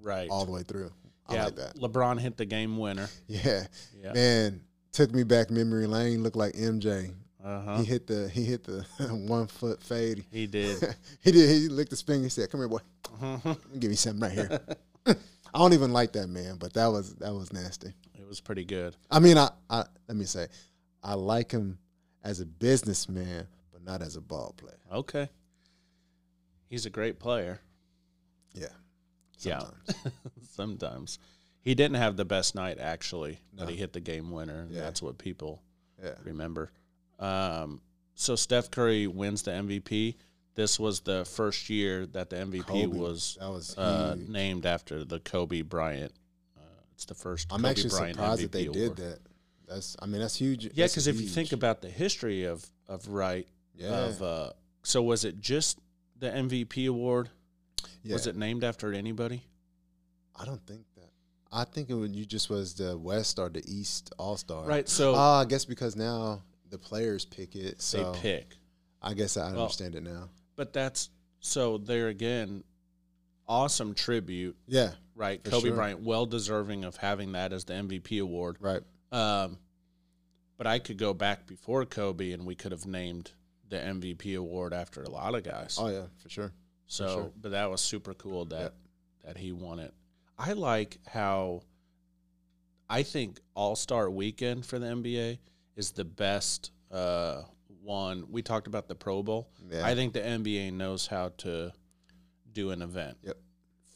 Right. all the way through. I yeah. like that. LeBron hit the game winner. Yeah. Yeah. Man, took me back memory lane. Looked like MJ. Uh huh. He hit the he hit the one foot fade. He did. he did. He licked his finger. He said, "Come here, boy. Let Mm-hmm. me give you something right here." I don't even like that man, but that was that was nasty. it was pretty good. I mean, I, I let me say, I like him as a businessman, but not as a ball player. Okay. He's a great player. Yeah. Yeah. Sometimes. Sometimes. He didn't have the best night actually, but No. he hit the game winner. And Yeah. That's what people Yeah. remember. Um, so Steph Curry wins the MVP. This was the first year that the MVP Kobe, was that was uh, huge. named after the Kobe Bryant. Uh, it's the 1st I'm Kobe actually Bryant surprised MVP that they did award. that. That's I mean that's huge. Yeah, because if you think about the history of of right yeah, of uh, so was it just the MVP award? yeah. Was it named after anybody? I don't think that. I think it would, you just was the West or the East All Star. Right. So Oh, I guess because now the players pick it. they So pick, I guess I Well- understand it now. but that's so there again, awesome tribute, Yeah. right? For Kobe sure. Bryant, well deserving of having that as the MVP award. Right. Um, but I could go back before Kobe, and we could have named the MVP award after a lot of guys. Oh yeah, for sure. So, sure. but that was super cool that that he won it. I like how I think All Star Weekend for the NBA is the best uh, one. We talked about the Pro Bowl. Yeah. I think the NBA knows how to do an event. Yep.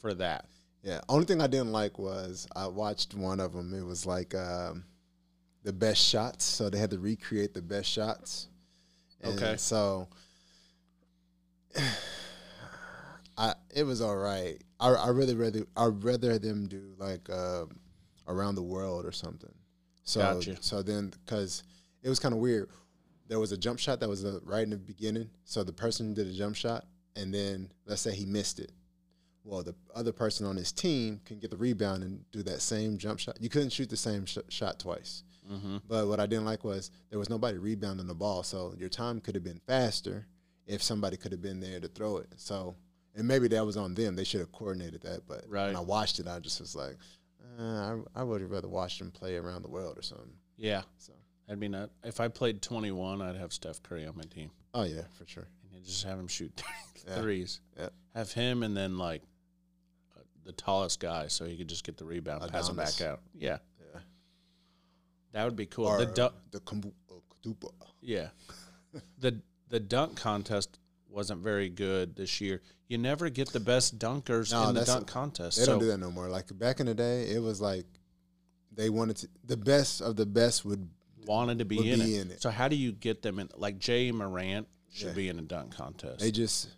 For that, yeah. Only thing I didn't like was I watched one of them. It was like um, the best shots. So they had to recreate the best shots. And Okay. So I it was all right. I I really rather I rather them do like um around the world or something. So Gotcha. so then because it was kind of weird. There was a jump shot that was uh, right in the beginning. So the person did a jump shot, and then let's say he missed it. Well, the other person on his team can get the rebound and do that same jump shot. You couldn't shoot the same sh- shot twice. Mm-hmm. But what I didn't like was there was nobody rebounding the ball, so your time could have been faster if somebody could have been there to throw it. So, and maybe that was on them. They should have coordinated that. But Right. when I watched it, I just was like, uh, I, I would have rather watched them play around the world or something. yeah, So, I mean, uh, if I played twenty one, I'd have Steph Curry on my team oh yeah, for sure. and then just have him shoot Yeah. threes. Yeah. Have him and then like uh, the tallest guy, so he could just get the rebound, pass him Adonis. back out. Yeah, Yeah. that would be cool. or the dunk, the Kumbu- uh, Kudupa. yeah, the the dunk contest wasn't very good this year. You never get the best dunkers No, in the that's- dunk contest. They so don't do that no more. Like back in the day, it was like they wanted to, the best of the best would. wanted to be, Would in, be it. in it. So how do you get them in? Like Jay Morant should Yeah. be in a dunk contest. They just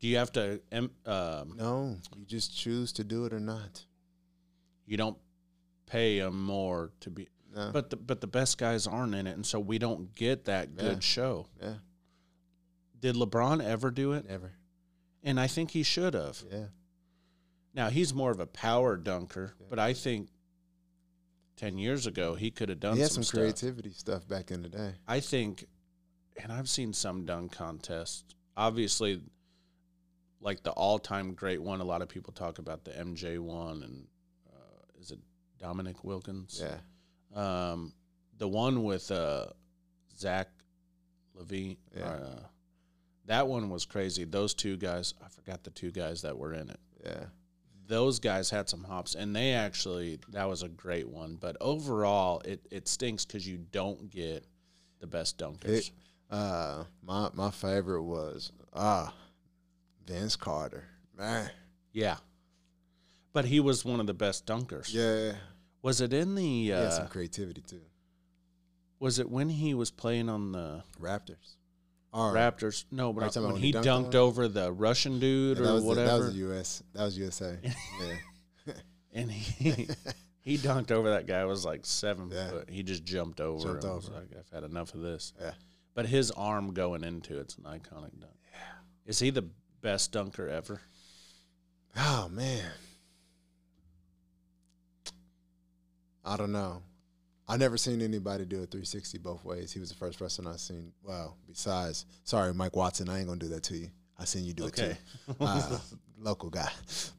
do you have to? em- Um, no. You just choose to do it or not. you don't pay them more to be. No. But the, but the best guys aren't in it, and so we don't get that good Yeah. show. yeah. Did LeBron ever do it? Never. And I think he should have. Yeah. Now he's more of a power dunker, Yeah. but I think ten years ago he could have done He had some, some, stuff. creativity stuff back in the day. I think, and I've seen some dunk contests. Obviously, like the all-time great one. A lot of people talk about the MJ one, and uh, is it Dominic Wilkins? Yeah. Um, the one with uh, Zach Levine. Yeah. Uh, that one was crazy. Those two guys, I forgot the two guys that were in it. Yeah. Those guys had some hops, and they actually that was a great one. But overall, it it stinks because you don't get the best dunkers. It- Uh, my my favorite was ah, Vince Carter. Man. yeah, but he was one of the best dunkers. Yeah. Was it in the? He had some Uh, creativity too. was it when he was playing on the Raptors. All right. Raptors? No, Are you but talking when, about when he he dunked on dunked him? over the Russian dude Yeah, or that was whatever. The, that was the U.S. That was USA. yeah. and he he dunked over that guy. Was like seven Yeah. foot. He just jumped over. Jumped and was over. like, I've had enough of this. Yeah. But his arm going into it's an iconic dunk. Yeah. Is he the best dunker ever? Oh man. I don't know. I never seen anybody do a 360 both ways. He was the first person I seen. Well, besides, sorry, Mike Watson, I ain't gonna do that to you. I seen you do it Okay. too. Uh, local guy,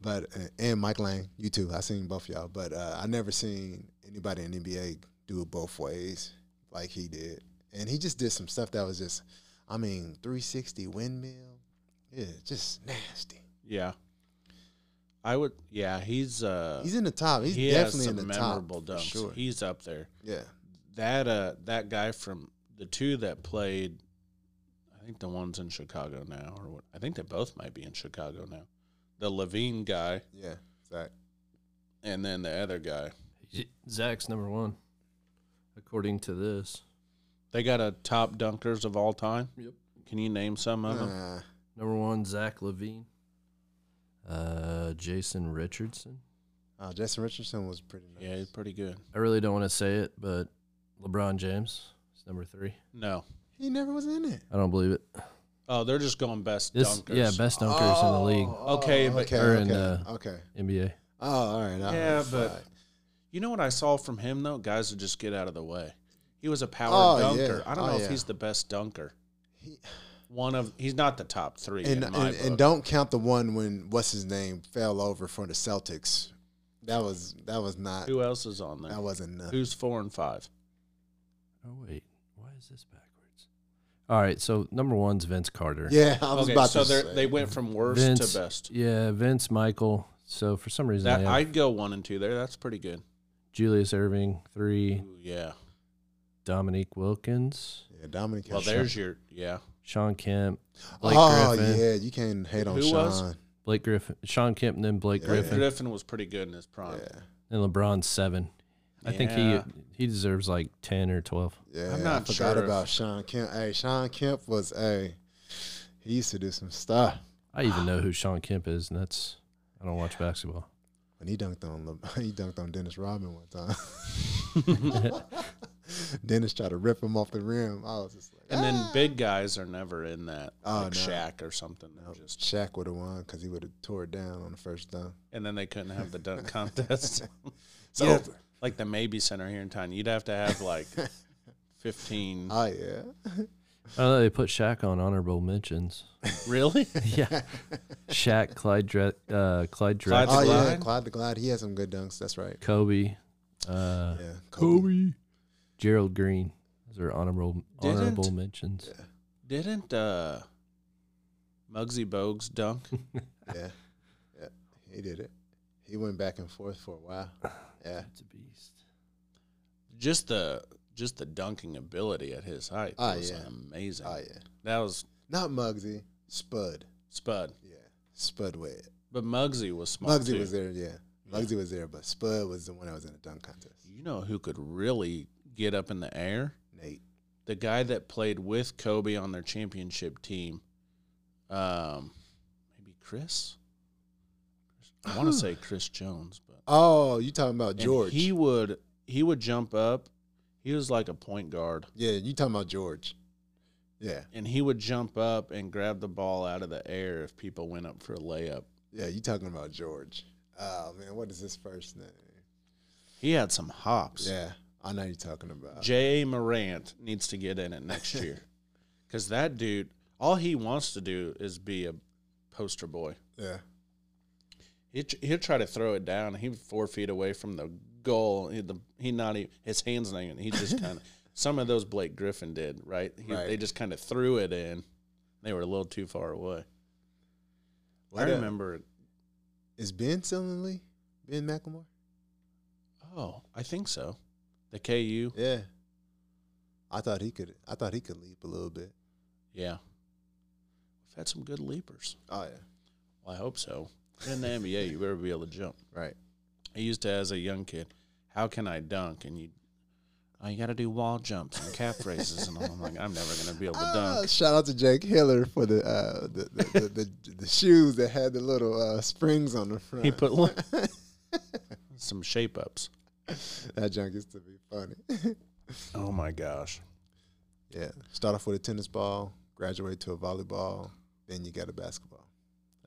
but uh, and Mike Lang, you too. I seen both y'all, but uh, I never seen anybody in NBA do it both ways like he did. And he just did some stuff that was just, I mean, 360 windmill, yeah, just nasty. Yeah. I would. Yeah, he's uh He's in the top. He's he definitely has in some the memorable top. for dunks. Sure. He's up there. yeah. That uh that guy from the two that played. I think the one's in Chicago now, or what, I think they both might be in Chicago now. The Levine guy Yeah. Zach. and then the other guy. Z- Zach's number one, according to this. They got a top dunkers of all time. Yep. Can you name some of them? Nah. Number one, Zach Levine. Uh, Jason Richardson. Uh, Justin Richardson was pretty nice. Yeah, he's pretty good. I really don't want to say it, but LeBron James is number three. No. He never was in it. I don't believe it. Oh, they're just going best This, dunkers. Oh. yeah, best dunkers in the league, Okay, but- Oh, okay, or okay, in, uh, okay. NBA. Oh, all right. all Yeah, right, but- fine. You know what I saw from him though? Guys would just get out of the way. He was a power Oh, dunker. yeah. I don't Oh, know yeah. if he's the best dunker. He- One of he's not the top three and in my and, and book. don't count the one when what's his name fell over for the Celtics. That was that was not Who else is on there? that wasn't nothing. Who's four and five? Oh wait, why is this backwards? All right, so number one's Vince Carter. Yeah, I was okay, about so to. they're- Say. they went from worst Vince- to best. Yeah, Vince Michael. So for some reason, I That have I'd go one and two there. That's pretty good. Julius Irving three, Ooh, yeah. Dominique Wilkins, yeah, Dominic. Well, there's your yeah. Sean Kemp, Blake oh Griffin, yeah, you can't hate on Who Sean. was? Blake Griffin, Sean Kemp, and then Blake Yeah. Griffin. Griffin, was pretty good in his prime. Yeah, and LeBron seven. I think he Yeah. he deserves like ten or twelve. Yeah, I'm not I forgot sure if- about Sean Kemp. Hey, Sean Kemp was a. He used to do some stuff I even know who Sean Kemp is, and that's I don't watch basketball. when he dunked on Le- he dunked on Dennis Rodman one time. Dennis tried to rip him off the rim. I was just like, And "Ah." then big guys are never in that, Oh, like no. Shaq or something. They're Nope. Just Shaq would have won because he would have tore it down on the first dunk. and then they couldn't have the dunk contest. It's Yeah. over. like the Maybe Center here in town, you'd have to have like fifteen. Oh yeah, Oh, they put Shaq on honorable mentions. really? yeah, Shaq, Clyde, Dre- uh, Clyde Clyde Drexler, oh yeah. Glide? Clyde the Glide, he had some good dunks. That's right. Kobe, uh, Yeah, Kobe. Gerald Green. Those are honorable Didn't- honorable mentions. Didn't uh, Muggsy Bogues dunk? Yeah, yeah, he did it. He went back and forth for a while. Yeah. It's a beast. Just the just the dunking ability at his height Oh, was yeah. amazing. Oh yeah. That was Not Muggsy, Spud. Spud, Yeah, Spud Webb. but Muggsy was small Muggsy too. was there, yeah. Muggsy was there, but Spud was the one that was in the dunk contest. You know who could really get up in the air? Nate. the guy that played with Kobe on their championship team, um, maybe Chris. I want to say Chris Jones, but Oh, you talking about and George? He would he would jump up. He was like a point guard, yeah, you talking about George? Yeah, and he would jump up and grab the ball out of the air if people went up for a layup. yeah, you talking about George? Oh man, what is his first name? He had some hops. Yeah, I know you talking about. Jay Morant needs to get in it next year, because that dude, all he wants to do is be a poster boy. Yeah. He he'd try to throw it down. He was four feet away from the goal. He, the, he not even his hands not even. He just kind of some of those Blake Griffin did right. He, Right. They just kind of threw it in. They were a little too far away. I Like, uh, remember. Is Ben still in the league? Ben McLemore? Oh, I think so. The KU. Yeah. I thought he could. I thought he could leap a little bit. Yeah, we've had some good leapers. Oh yeah. Well, I hope so. In the NBA, you better be able to jump. Right. I used to as a young kid. How can I dunk? And you, oh, you got to do wall jumps and calf raises, and I'm like, I'm never gonna be able to Ah, dunk. shout out to Jake Hiller for the uh, the, the, the, the the shoes that had the little uh, springs on the front. He put li- some shape ups. that junk used to be funny. Oh my gosh! yeah. Start off with a tennis ball, graduate to a volleyball, then you got a basketball.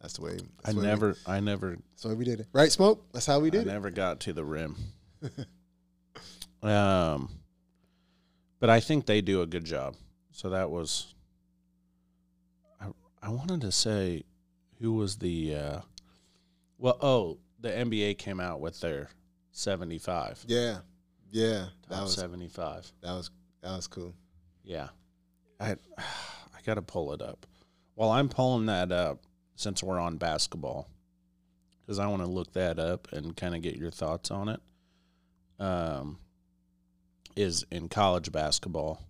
That's the way. That's I the way We, never, I never, that's the way we did it. Right, smoke. That's how we I did it. never got to the rim. um, but I think they do a good job. So that was. I I wanted to say, who was the, uh, well, oh, the NBA came out with their seventy five. Yeah. Yeah. That Top was 75. that was that was cool. Yeah. I I got to pull it up. While I'm pulling that up since we're on basketball cuz I want to look that up and kind of get your thoughts on it. Um is in college basketball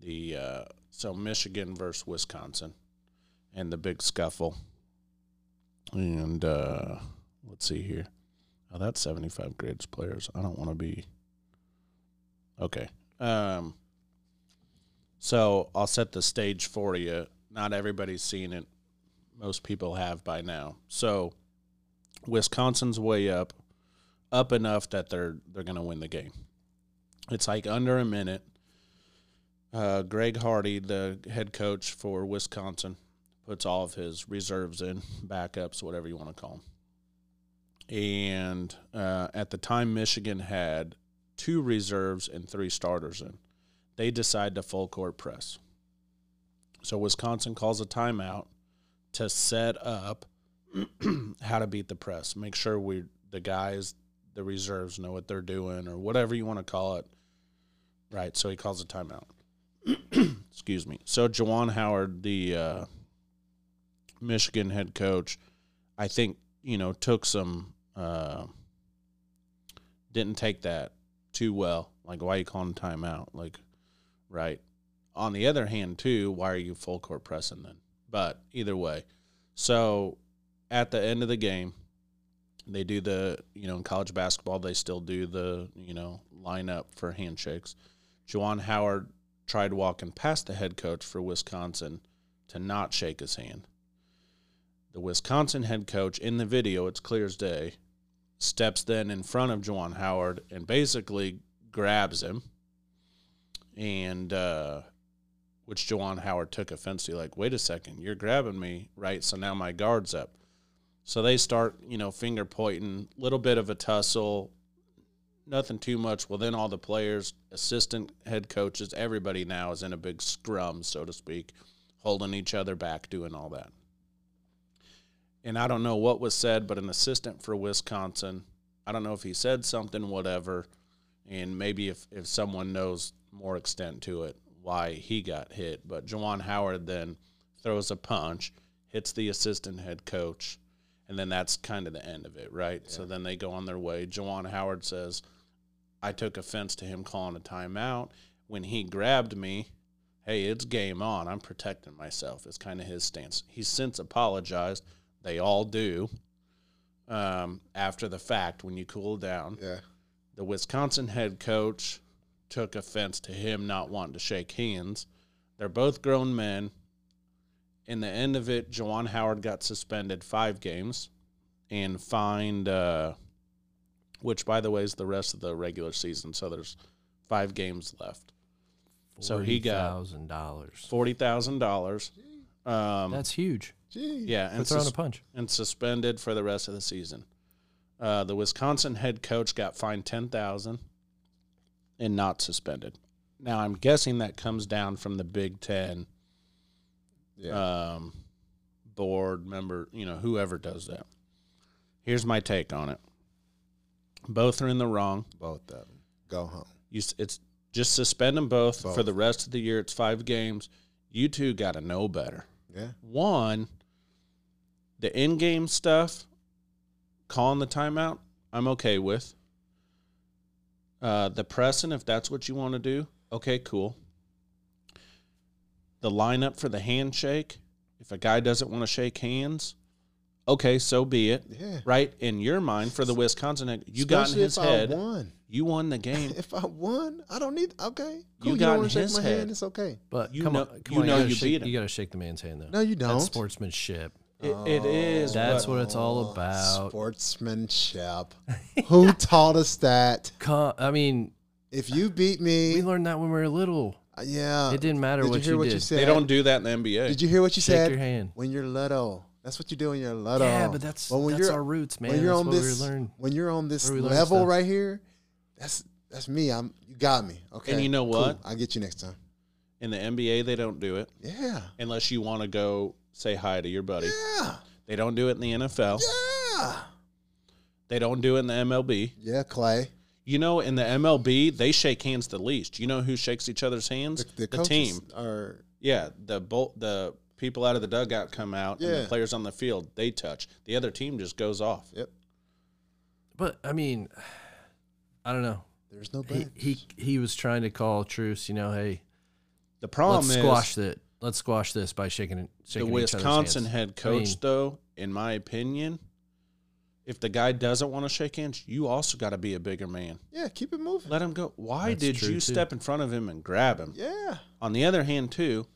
the uh so Michigan versus Wisconsin and the big scuffle. And uh let's see here. Oh, that's 75 grades players. I don't want to be Okay. Um so I'll set the stage for you. Not everybody's seen it. Most people have by now. So Wisconsin's way up, up enough that they're they're going to win the game. It's like under a minute. Uh, Greg Hardy, the head coach for Wisconsin, puts all of his reserves in, backups, whatever you want to call them. And uh, at the time, Michigan had two reserves and three starters in they decide to full court press. So Wisconsin calls a timeout to set up how to beat the press. Make sure we the guys, the reserves know what they're doing or whatever you want to call it. Right, so he calls a timeout. Excuse me. So Jawan Howard, the uh, Michigan head coach, I think you know took some, uh, didn't take that too well. Like, why are you calling timeout? Like, right? On the other hand, too, why are you full court pressing then? But either way, so at the end of the game, they do the you know in college basketball they still do the you know lineup for handshakes. Juwan Howard tried walking past the head coach for Wisconsin to not shake his hand. The Wisconsin head coach in the video, it's clear as day, steps then in front of Juwan Howard and basically grabs him and uh, which Jawan Howard took offense to. Like, wait a second, you're grabbing me, right? So now my guard's up. So they start, you know, finger pointing, little bit of a tussle, nothing too much. Well, then all the players, assistant head coaches, everybody now is in a big scrum, so to speak, holding each other back, doing all that. And I don't know what was said, but an assistant for Wisconsin, I don't know if he said something, whatever and maybe if, if someone knows more extent to it, why he got hit. But Jawan Howard then throws a punch, hits the assistant head coach, and then that's kind of the end of it, right? So then they go on their way. Jawan Howard says, I took offense to him calling a timeout. When he grabbed me, hey, it's game on. I'm protecting myself. It's kind of his stance. He's since apologized. They all do um, after the fact when you cool down Yeah. the Wisconsin head coach took offense to him not wanting to shake hands. They're both grown men. In the end of it, Jawan Howard got suspended five games and fined, uh, which, by the way, is the rest of the regular season. So there's five games left. So he got- thousand dollars. $40,000. Um, That's huge Gee. yeah, for and throwing a sus- punch. and suspended for the rest of the season. Uh, the Wisconsin head coach got fined ten thousand and not suspended. Now I'm guessing that comes down from the Big Ten Yeah. um, board member, you know, whoever does that. Here's my take on it. Both are in the wrong. Both of them. Go home. You, s- it's just suspend them both, for Both. the rest of the year. It's five games. You two got to know better. Yeah. One, the in game stuff, calling the timeout, I'm okay with. Uh, the pressing, if that's what you want to do, okay, cool. The lineup for the handshake, if a guy doesn't want to shake hands, okay, so be it. Yeah. Right in your mind, for the Wisconsin, you got in Especially his if head. I won. You won the game. If I won, I don't need. Okay. You Cool. You, got don't in want to shake his my head. hand. It's okay. But You come know- on, come you on, know gotta you shake- beat him. You got to shake the man's hand though. No, you don't. That's sportsmanship. It, it is. That's but- what it's Oh, all about. Sportsmanship. Who taught us that? Co- I mean, If you beat we me, learned that when we were little. uh, yeah. It didn't matter Did what you hear you what did. you said? they don't do that in the NBA. Did you hear what you Shake said? your hand. When you're little, that's what you do when you're little. Yeah, but that's- that's our roots, man. When you're That's on what we this, learned. when you're on this Where we learned level stuff. right here, that's that's me. I'm you got me. Okay. you know cool. what? I'll get you next time. in the NBA, they don't do it. Yeah. unless you want to go say hi to your buddy. Yeah. They don't do it in the NFL. Yeah. They don't do it in the MLB. Yeah, Clay. You know, in the MLB, they shake hands the least. You know who shakes each other's hands? The, the, coaches team. are Yeah, the bolt the people out of the dugout come out and Yeah. the players on the field, they touch. The other team just goes off. yep. But I mean, I don't know. There's no He bench. he he was trying to call truce. You know, hey, The problem let's is squash that. Let's squash this by shaking Oh, the shaking each other's Wisconsin hands. head coach, mean- though, in my opinion, if the guy doesn't want to shake hands, you also got to be a bigger man. yeah, keep it moving. Let him go. Why That's did true, you too. step in front of him and grab him? Yeah. On the other hand, too,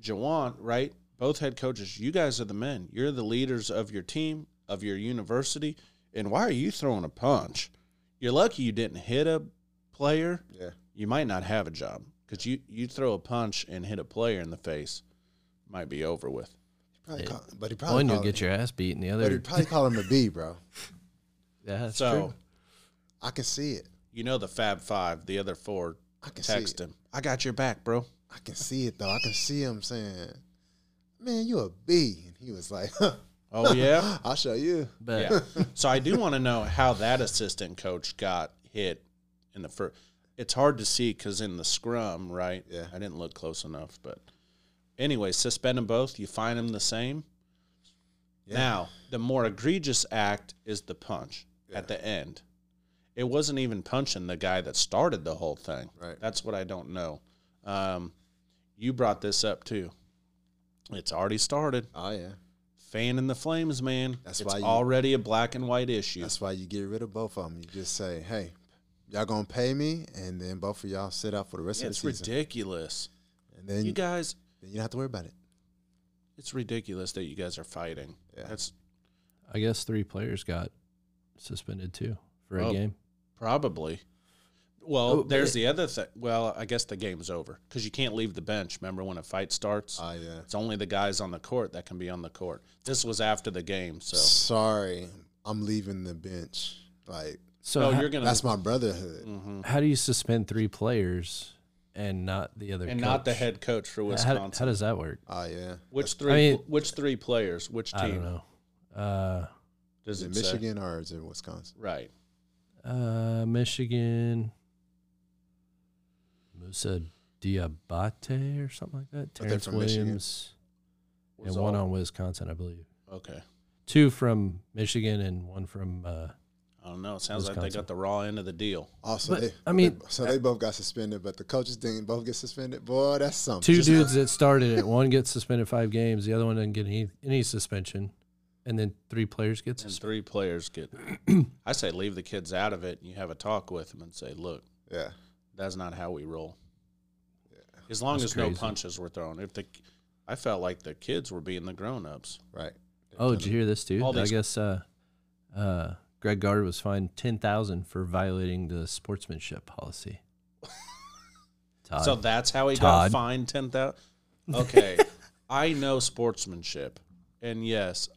Jawan, right? Both head coaches, you guys are the men. You're the leaders of your team, of your university. And why are you throwing a punch? You're lucky you didn't hit a player. Yeah. You might not have a job because you, you throw a punch and hit a player in the face, might be over with. Probably call, but he probably One, you'll call- get your ass beat, and the but he other, probably call him a B, bro. yeah, that's so, true. I can see it. you know, the Fab Five, the other four, I can see it. text him, I got your back, bro. I can see it though. I can see him saying, "Man, you a B," and he was like, huh, Oh, yeah. "I'll show you." But Yeah. so I do want to know how that assistant coach got hit in the first. It's hard to see because in the scrum, right? Yeah. I didn't look close enough, but anyway, suspend them both. You fine them the same. Yeah. Now the more egregious act is the punch at Yeah. the end. It wasn't even punching the guy that started the whole thing. Right. That's what I don't know. Um, you brought this up too. It's already started. Oh yeah, Fanning the flames, man. That's it's why you- already a black and white issue. that's why you get rid of both of them. You just say, "Hey, y'all gonna pay me," and then both of y'all sit out for the rest Yeah, of the it's season, ridiculous. and then You you, guys, then you don't have to worry about it. it's ridiculous that you guys are fighting. Yeah. That's I guess three players got suspended too for a Oh. game. probably. Well, Oh, but there's it- the other thing. Well, I guess the game's over because you can't leave the bench. Remember when a fight starts? Uh, Oh yeah. it's only the guys on the court that can be on the court. This was after the game, so Sorry, I'm leaving the bench. Like So no, ho- Oh, you're gonna that's my brotherhood. Mhm. how do you suspend three players and not the other and not the coach? head coach for How- Wisconsin. How, does that work? Oh yeah. which three? mean- which three players? Which I don't team? know. Uh, Does Is it it say? Michigan or is it Wisconsin? Right. uh, Michigan, Musa Diabate or something like that. they're Terrence from Michigan. Williams Was and one oh. all- on Wisconsin, I believe. Okay. Two from Michigan and one from. Uh, I don't know. It sounds like they Wisconsin. got the raw end of the deal. Also, But, they, I mean- they- Oh, so they both got suspended, but the coaches didn't both get suspended. Boy, that's Oh, something. two dudes that started it. One gets suspended five games. The other one doesn't get any, any suspension, and then three players get and suspended. three players get i say leave the kids out of it and you have a talk with them and say look Yeah. that's not how we roll as long That's as no crazy. punches were thrown if the i felt like the kids were being the grown-ups Right. Oh, did you hear this too? All I these- guess uh, uh, Greg Gard was fined ten thousand for violating the sportsmanship policy. Uh, Todd, so that's how he Todd. got fined 10000 okay i know sportsmanship and yes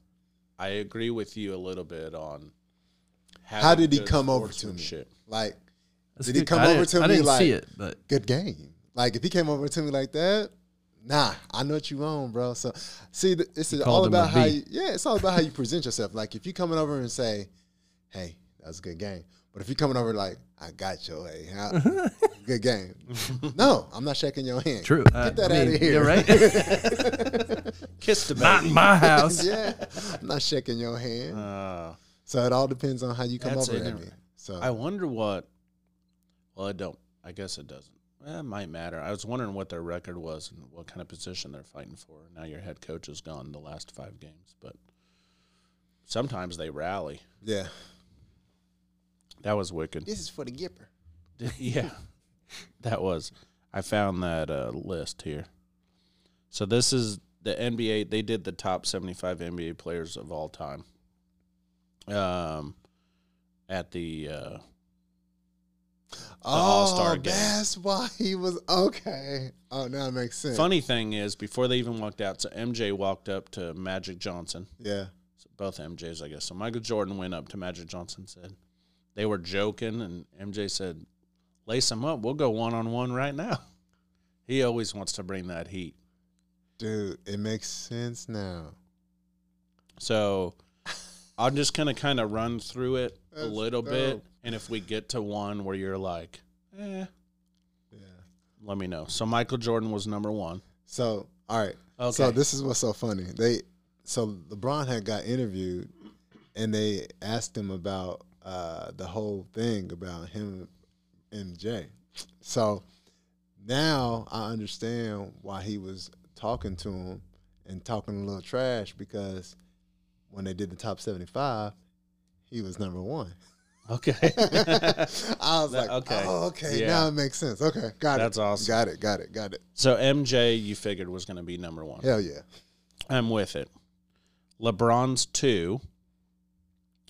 i agree with you a little bit on How having did he good come over to me? sportsmanship. Like, That's did he good. come I over didn't- to me I didn't like- see it, but good game. Like if he came over to me like that, nah, I know what you on, bro. So see, th- this is all called him a about how B. you, yeah, it's all about how you present yourself. Like if you coming over and say, "Hey, that was a good game," but if you coming over like, "I got your hey, I- good game," no, I'm not shaking your hand. True. Get Uh, that I out mean, of here. You're right. Kiss the Not baby. in my house. yeah, I'm not shaking your hand. Uh, so it all depends on how you come That's over at me. ignorant. So I wonder what. Well, I don't. I guess it doesn't. Eh, it might matter. I was wondering what their record was and what kind of position they're fighting for. Now your head coach is gone the last five games, but sometimes they rally. yeah, That was wicked. this is for the Gipper. yeah, that was. I found that uh, list here. So this is the NBA. They did the top seventy-five NBA players of all time. Um, at the uh, All-Star game. Oh, That's why he was okay. Oh, now it makes sense. funny thing is, before they even walked out, so MJ walked up to Magic Johnson. Yeah. So both MJs, I guess. So Michael Jordan went up to Magic Johnson and said they were joking, and MJ said, "Lace them up. We'll go one on one right now." He always wants to bring that heat. Dude, it makes sense now. So I'm just gonna kind of run through it a That's little bit, dope. and if we get to one where you're like, "Eh," Yeah. let me know. So Michael Jordan was number one. So, all right. Okay. So this is what's so funny. They so LeBron had got interviewed and they asked him about uh, the whole thing about him and MJ. So now I understand why he was talking to him and talking a little trash because when they did the top 75, he was number one. okay. I was like, okay. okay. oh, okay, Yeah. now it makes sense. Okay, got That's it. awesome. Got it, got it, got it. so MJ, you figured was gonna be number one. Hell yeah. I'm with it. LeBron's two.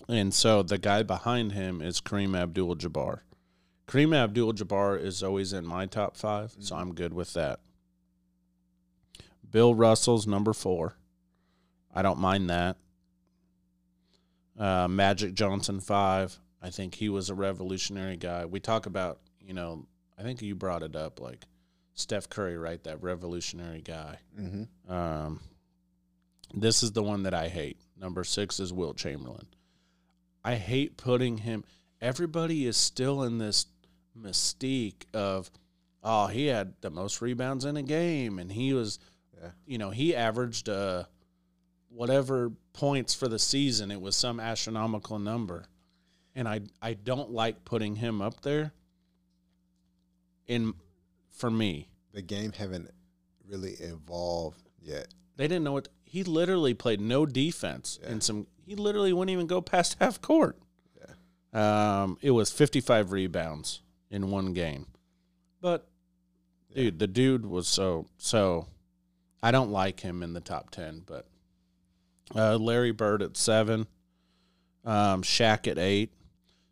And so the guy behind him is Kareem Abdul Jabbar. Kareem Abdul Jabbar is always in my top 5 so I'm good with that. Bill Russell's number four. I don't mind that. Uh, Magic Johnson, five. I think he was a revolutionary guy. We talk about, you know, I think you brought it up like Steph Curry, right? That revolutionary guy. Mm-hmm. Um, this is the one that I hate. Number six is Will Chamberlain. I hate putting him. Everybody is still in this mystique of, oh, he had the most rebounds in a game, and he was, Yeah. you know, he averaged uh, whatever points for the season. It was some astronomical number, and I I don't like putting him up there. In, for me, the game haven't really evolved yet. They didn't know what he literally played no defense and some he literally wouldn't even go past half court. Um, it was 55 rebounds in one game. But dude, the dude was so so I don't like him in the top 10, but uh, Larry Bird at 7, um Shaq at 8.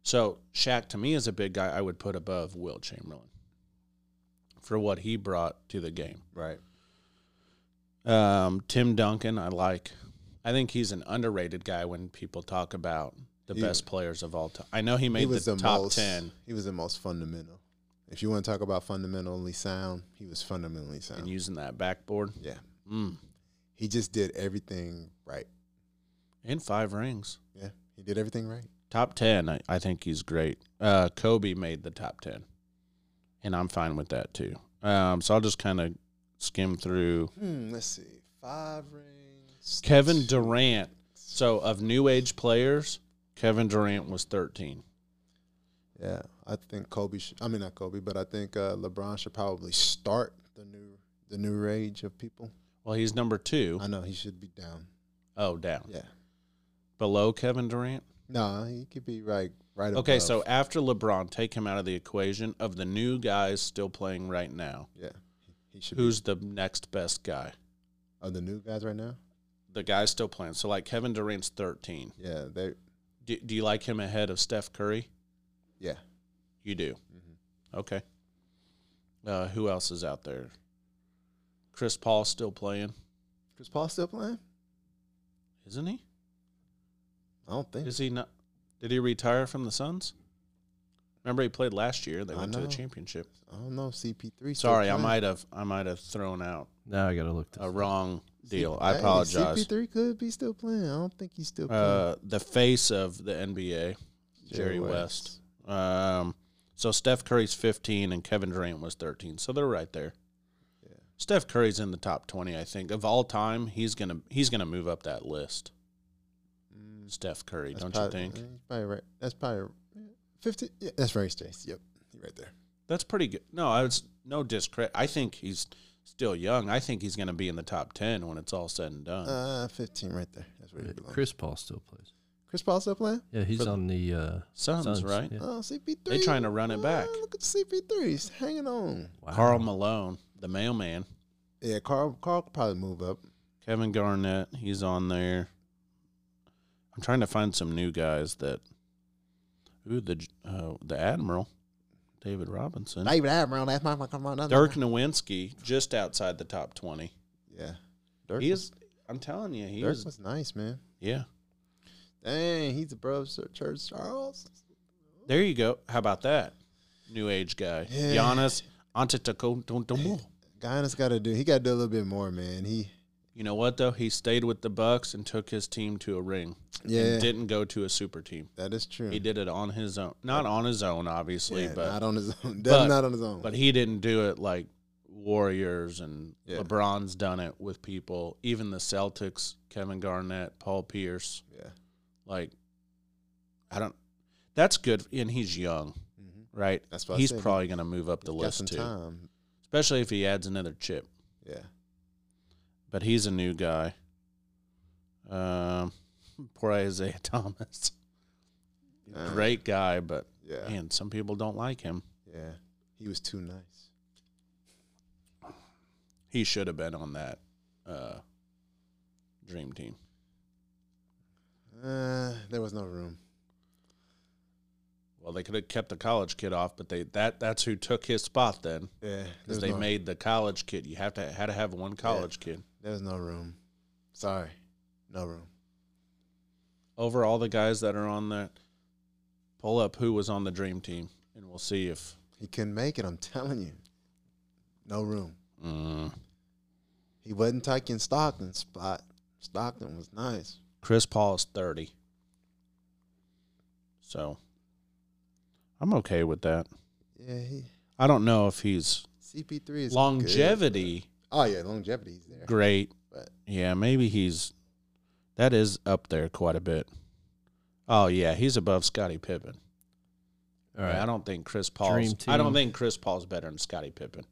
So Shaq to me is a big guy I would put above Will Chamberlain for what he brought to the game. Right. Um, Tim Duncan, I like. I think he's an underrated guy when people talk about the He- best players of all time. I know he made he was the, the, top most, ten, He was the most fundamental. If you want to talk about fundamentally sound, he was fundamentally sound. and using that backboard yeah. mm. He just did everything right. and five rings. Yeah. He did everything right. Top ten, I, I think he's great. Uh, Kobe made the top ten, and I'm fine with that too. Um, so I'll just kind of skim through Hmm, let's see. Five rings. Kevin Durant. So of new age players, Kevin Durant was thirteen. Yeah. I think Kobe should, I mean not Kobe, but I think uh, LeBron should probably start the new the new rage of people. Well, he's number two. I know he should be down. Oh, down Yeah. below Kevin Durant. No, he could be right right Okay, above. so after LeBron, take him out of the equation of the new guys still playing right now. yeah. He should be Who's the next best guy? of the new guys right now. The guys still playing. So like Kevin Durant's 13. Yeah, they. Do, do you like him ahead of Steph Curry? Yeah, You do. Mm-hmm. Okay. Uh, who else is out there? Chris Paul still playing, Chris Paul still playing? isn't he? I don't think. Is he not? Did he retire from the Suns? Remember he played last year. They I went to the know. championship. I don't know. CP3. still Sorry, I playing. might have I might have thrown out Now I gotta look. This a wrong deal. I Hey, apologize. CP3 could be still playing. I don't think he's still playing. Uh, the face of the NBA, Jerry West. Um, so Steph Curry's 15 and Kevin Durant was 13. So they're right there. Yeah. Steph Curry's in the top 20, I think, of all time. He's gonna he's gonna move up that list. Mm, Steph Curry, that's don't probably- you think? uh, he's probably right. That's probably yeah, 50. Yeah, that's right, Stace. Yep. You're right there. That's pretty good. No, I was no discredit. I think he's still young. I think he's gonna be in the top 10 when it's all said and done. Uh, 15 right there. That's where he one. belongs. Chris, Chris Paul still plays. Paul still playing? Yeah, he's For the- on the uh, Suns, Suns, right? yeah. Oh, CP3. They trying to run it Ah, back. look at CP3. He's hanging on. Wow. Carl Malone, the mailman. Yeah, Carl, Carl could probably move up. Kevin Garnett, he's on there. I'm trying to find some new guys that. Ooh, the uh, the Admiral, David Robinson, David Admiral. That's my, my, my, my Dirk Nowinski, just outside the top twenty. Yeah. Dirk, He was, is. I'm telling you, he Dirk is. was nice, man. Yeah, Dang, he's the bro of Sir Church Charles. there you go. How about that? New age guy, Yeah. Giannis Antetokounmpo. Guyana's got to do. He got to do a little bit more, man. He You know what though? He stayed with the Bucks and took his team to a ring. yeah, and didn't go to a super team. that is true. He did it on his own, not on his own, obviously, Yeah, but not on his own. but- That's not on his own. But he didn't do it like Warriors and Yeah. LeBron's done it with people, even the Celtics, Kevin Garnett, Paul Pierce. yeah, Like, I don't. That's good, and he's young, Mhm. right? that's what I he's said. probably going to move up the He's got list some too, time. especially if he adds another chip. Yeah, But he's a new guy. Um, poor Isaiah Thomas, Uh, great guy, but yeah, man, some people don't like him. yeah. He was too nice. He should have been on that uh, dream team. Uh, there was no room. Well, they could have kept the college kid off, but they that that's who took his spot then, Yeah, there because was they no, made the college kid. You have to had to have one college kid. there was no room. Sorry, no room. Over all the guys that are on that, pull up who was on the dream team, and we'll see if He couldn't make it. I'm telling you, no room. mm, He wasn't taking Stockton's spot. Stockton was nice. Chris Paul is thirty. So, I'm okay with that. Yeah, he I don't know if he's CP3 is good, longevity but- oh yeah, longevity's there. great. But- Yeah, maybe he's that is up there quite a bit. Oh yeah, he's above Scottie Pippen. All right. I don't think Chris Paul's. Dream I don't team. think Chris Paul's better than Scottie Pippen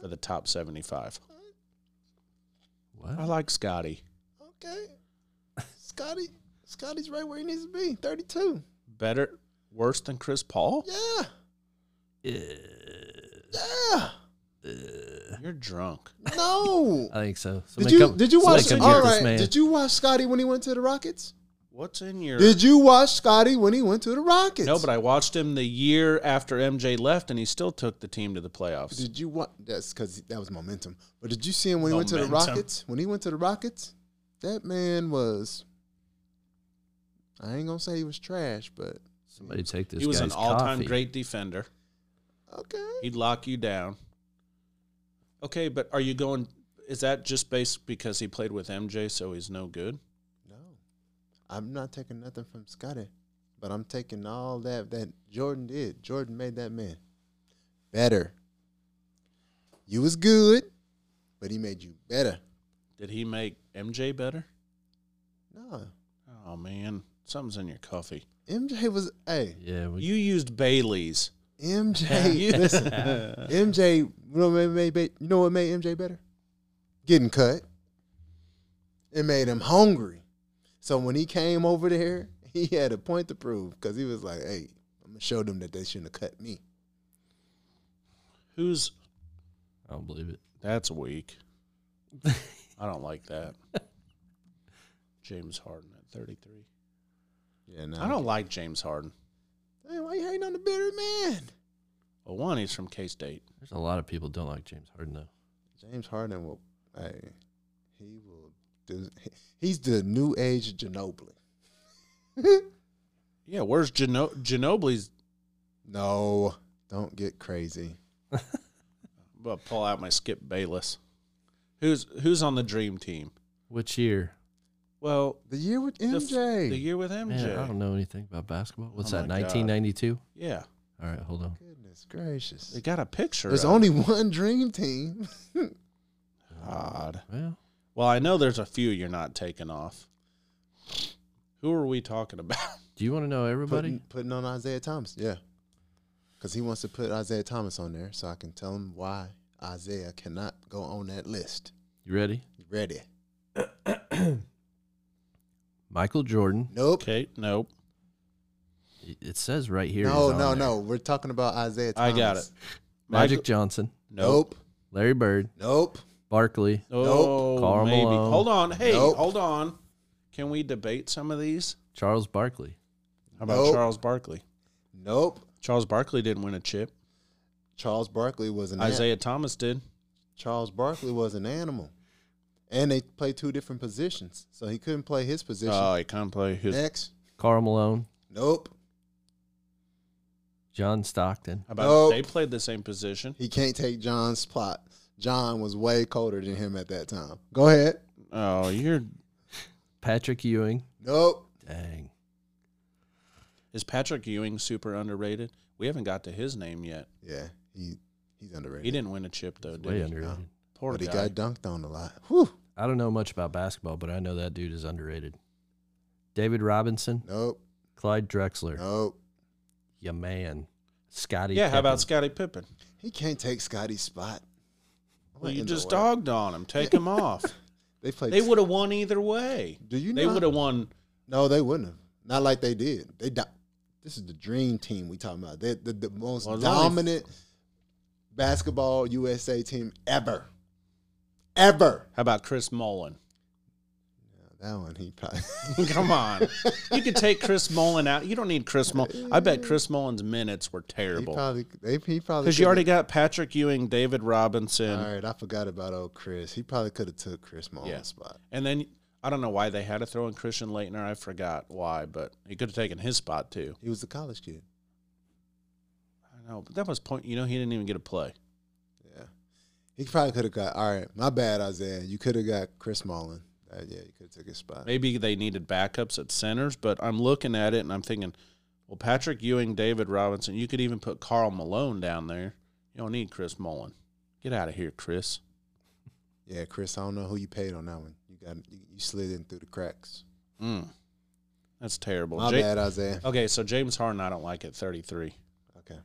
for the top seventy-five. I What? like Scottie. Okay. Scotty Scotty's right where he needs to be. 32. Better, worse than Chris Paul? Yeah. Yeah. You're drunk. No. I think so. did Somebody you come- did you somebody watch come all get this right, man. did you watch Scotty when he went to the Rockets? What's in your? Did you watch Scotty when he went to the Rockets? no, but I watched him the year after MJ left, and he still took the team to the playoffs. did you watch that's cause that was momentum. But did you see him when he went to the Momentum. Rockets? When he went to the Rockets, that man was I ain't gonna say he was trash, but Somebody take this he was an guy's all-time coffee. great defender. okay. He'd lock you down. Okay, but are you going? Is that just based because he played with MJ, so he's no good? No, I'm not taking nothing from Scotty, but I'm taking all that that Jordan did. Jordan made that man better. You was good, but he made you better. Did he make MJ better? No, Oh man, something's in your coffee. MJ was hey Yeah, we, You used Bailey's. MJ. listen, MJ. You know what made made- you know what made MJ better? Getting cut. It made him hungry. So when he came over there, he had a point to prove because he was like, "Hey, I'm gonna show them that they shouldn't have cut me." Who's I don't believe it. that's weak. I don't like that. James Harden at 33. Yeah, no. I don't like James Harden. Hey, why you hating on the bitter man? Well, one, he's from K State. There's a lot of people don't like James Harden though. James Harden will. Hey, he will do. He's the new age Ginobili. Yeah, where's Gino- Ginobili's? No, don't get crazy. I'm about to pull out my Skip Bayless. Who's who's on the dream team? Which year? Well, The year with the, MJ. f- the year with MJ. Man, I don't know anything about basketball. What's Oh that? my God. 1992. Yeah, All right, hold on. Goodness gracious. they got a picture. There's of only one dream team. God. Well, Well, I know there's a few you're not taking off. Who are we talking about? do you want to know everybody? Putting, putting on Isaiah Thomas. Yeah. Because he wants to put Isaiah Thomas on there so I can tell him why Isaiah cannot go on that list. you ready? You ready? Michael Jordan. Nope. Okay, nope. It- It says right here. no, he's on no, there. no. We're talking about Isaiah I Thomas. got it. Magic Michael- Johnson, Nope. Larry Bird, Nope. Barkley. Oh, Karl maybe. Malone. Hold on. Hey, Nope. hold on. Can we debate some of these? Charles Barkley. How about Nope. Charles Barkley? Nope. Charles Barkley didn't win a chip. Charles Barkley was an Isaiah. Isaiah Thomas did. Charles Barkley was an animal. And they play two different positions. So he couldn't play his position. Oh, he can't play his. How Next. Carl Malone, Nope. John Stockton. about Nope. they played the same position? He can't take John's spot. John was way colder than him at that time. Go ahead. Oh, you're. Patrick Ewing. Nope. Dang. Is Patrick Ewing super underrated? We haven't got to his name yet. Yeah, he he's underrated. He didn't win a chip though, did Way he? underrated. Poor but he guy. got dunked on a lot. Whew. I don't know much about basketball, but I know that dude is underrated. David Robinson, Nope. Clyde Drexler, Nope. ya man. Scotty. Uh, yeah, how about Pippen. Scottie Pippen? He can't take Scotty's spot. Well, What you in the just world? dogged on him. Take him off. They played. They would have won either way. Do you They know? would have won. No, they wouldn't have. Not like they did. They. Do- this is the dream team we talking about. They're the, the most Well, it's only- dominant basketball USA team ever. Ever. How about Chris Mullen? That one he probably. Come on. You could take Chris Mullen out. You don't need Chris Mullen. I bet Chris Mullen's minutes were he terrible. probably. They, he probably. Because couldn't- you already got Patrick Ewing, David All Robinson, right, I forgot about old Chris. He probably could have took Chris Mullen's Yeah. spot. and then I don't know why they had to throw in Christian Leitner. I forgot why, but he could have taken his spot too. He was a college kid. I know, but that was point. You know, he didn't even get a play. Yeah. He probably could have got, all right, my bad, Isaiah. You could have got Chris Mullen. Uh, yeah, you could have took his spot. Maybe they needed backups at centers, but I'm looking at it and I'm thinking, well, Patrick Ewing, David Robinson, you could even put Carl Malone down there. You don't need Chris Mullen. Get out of here, Chris. Yeah, Chris, I don't know who you paid on that one. You got you, you slid in through the cracks. Mm. That's terrible. My Ja- bad, Isaiah. Okay, so James Harden, I don't like at 33. Okay.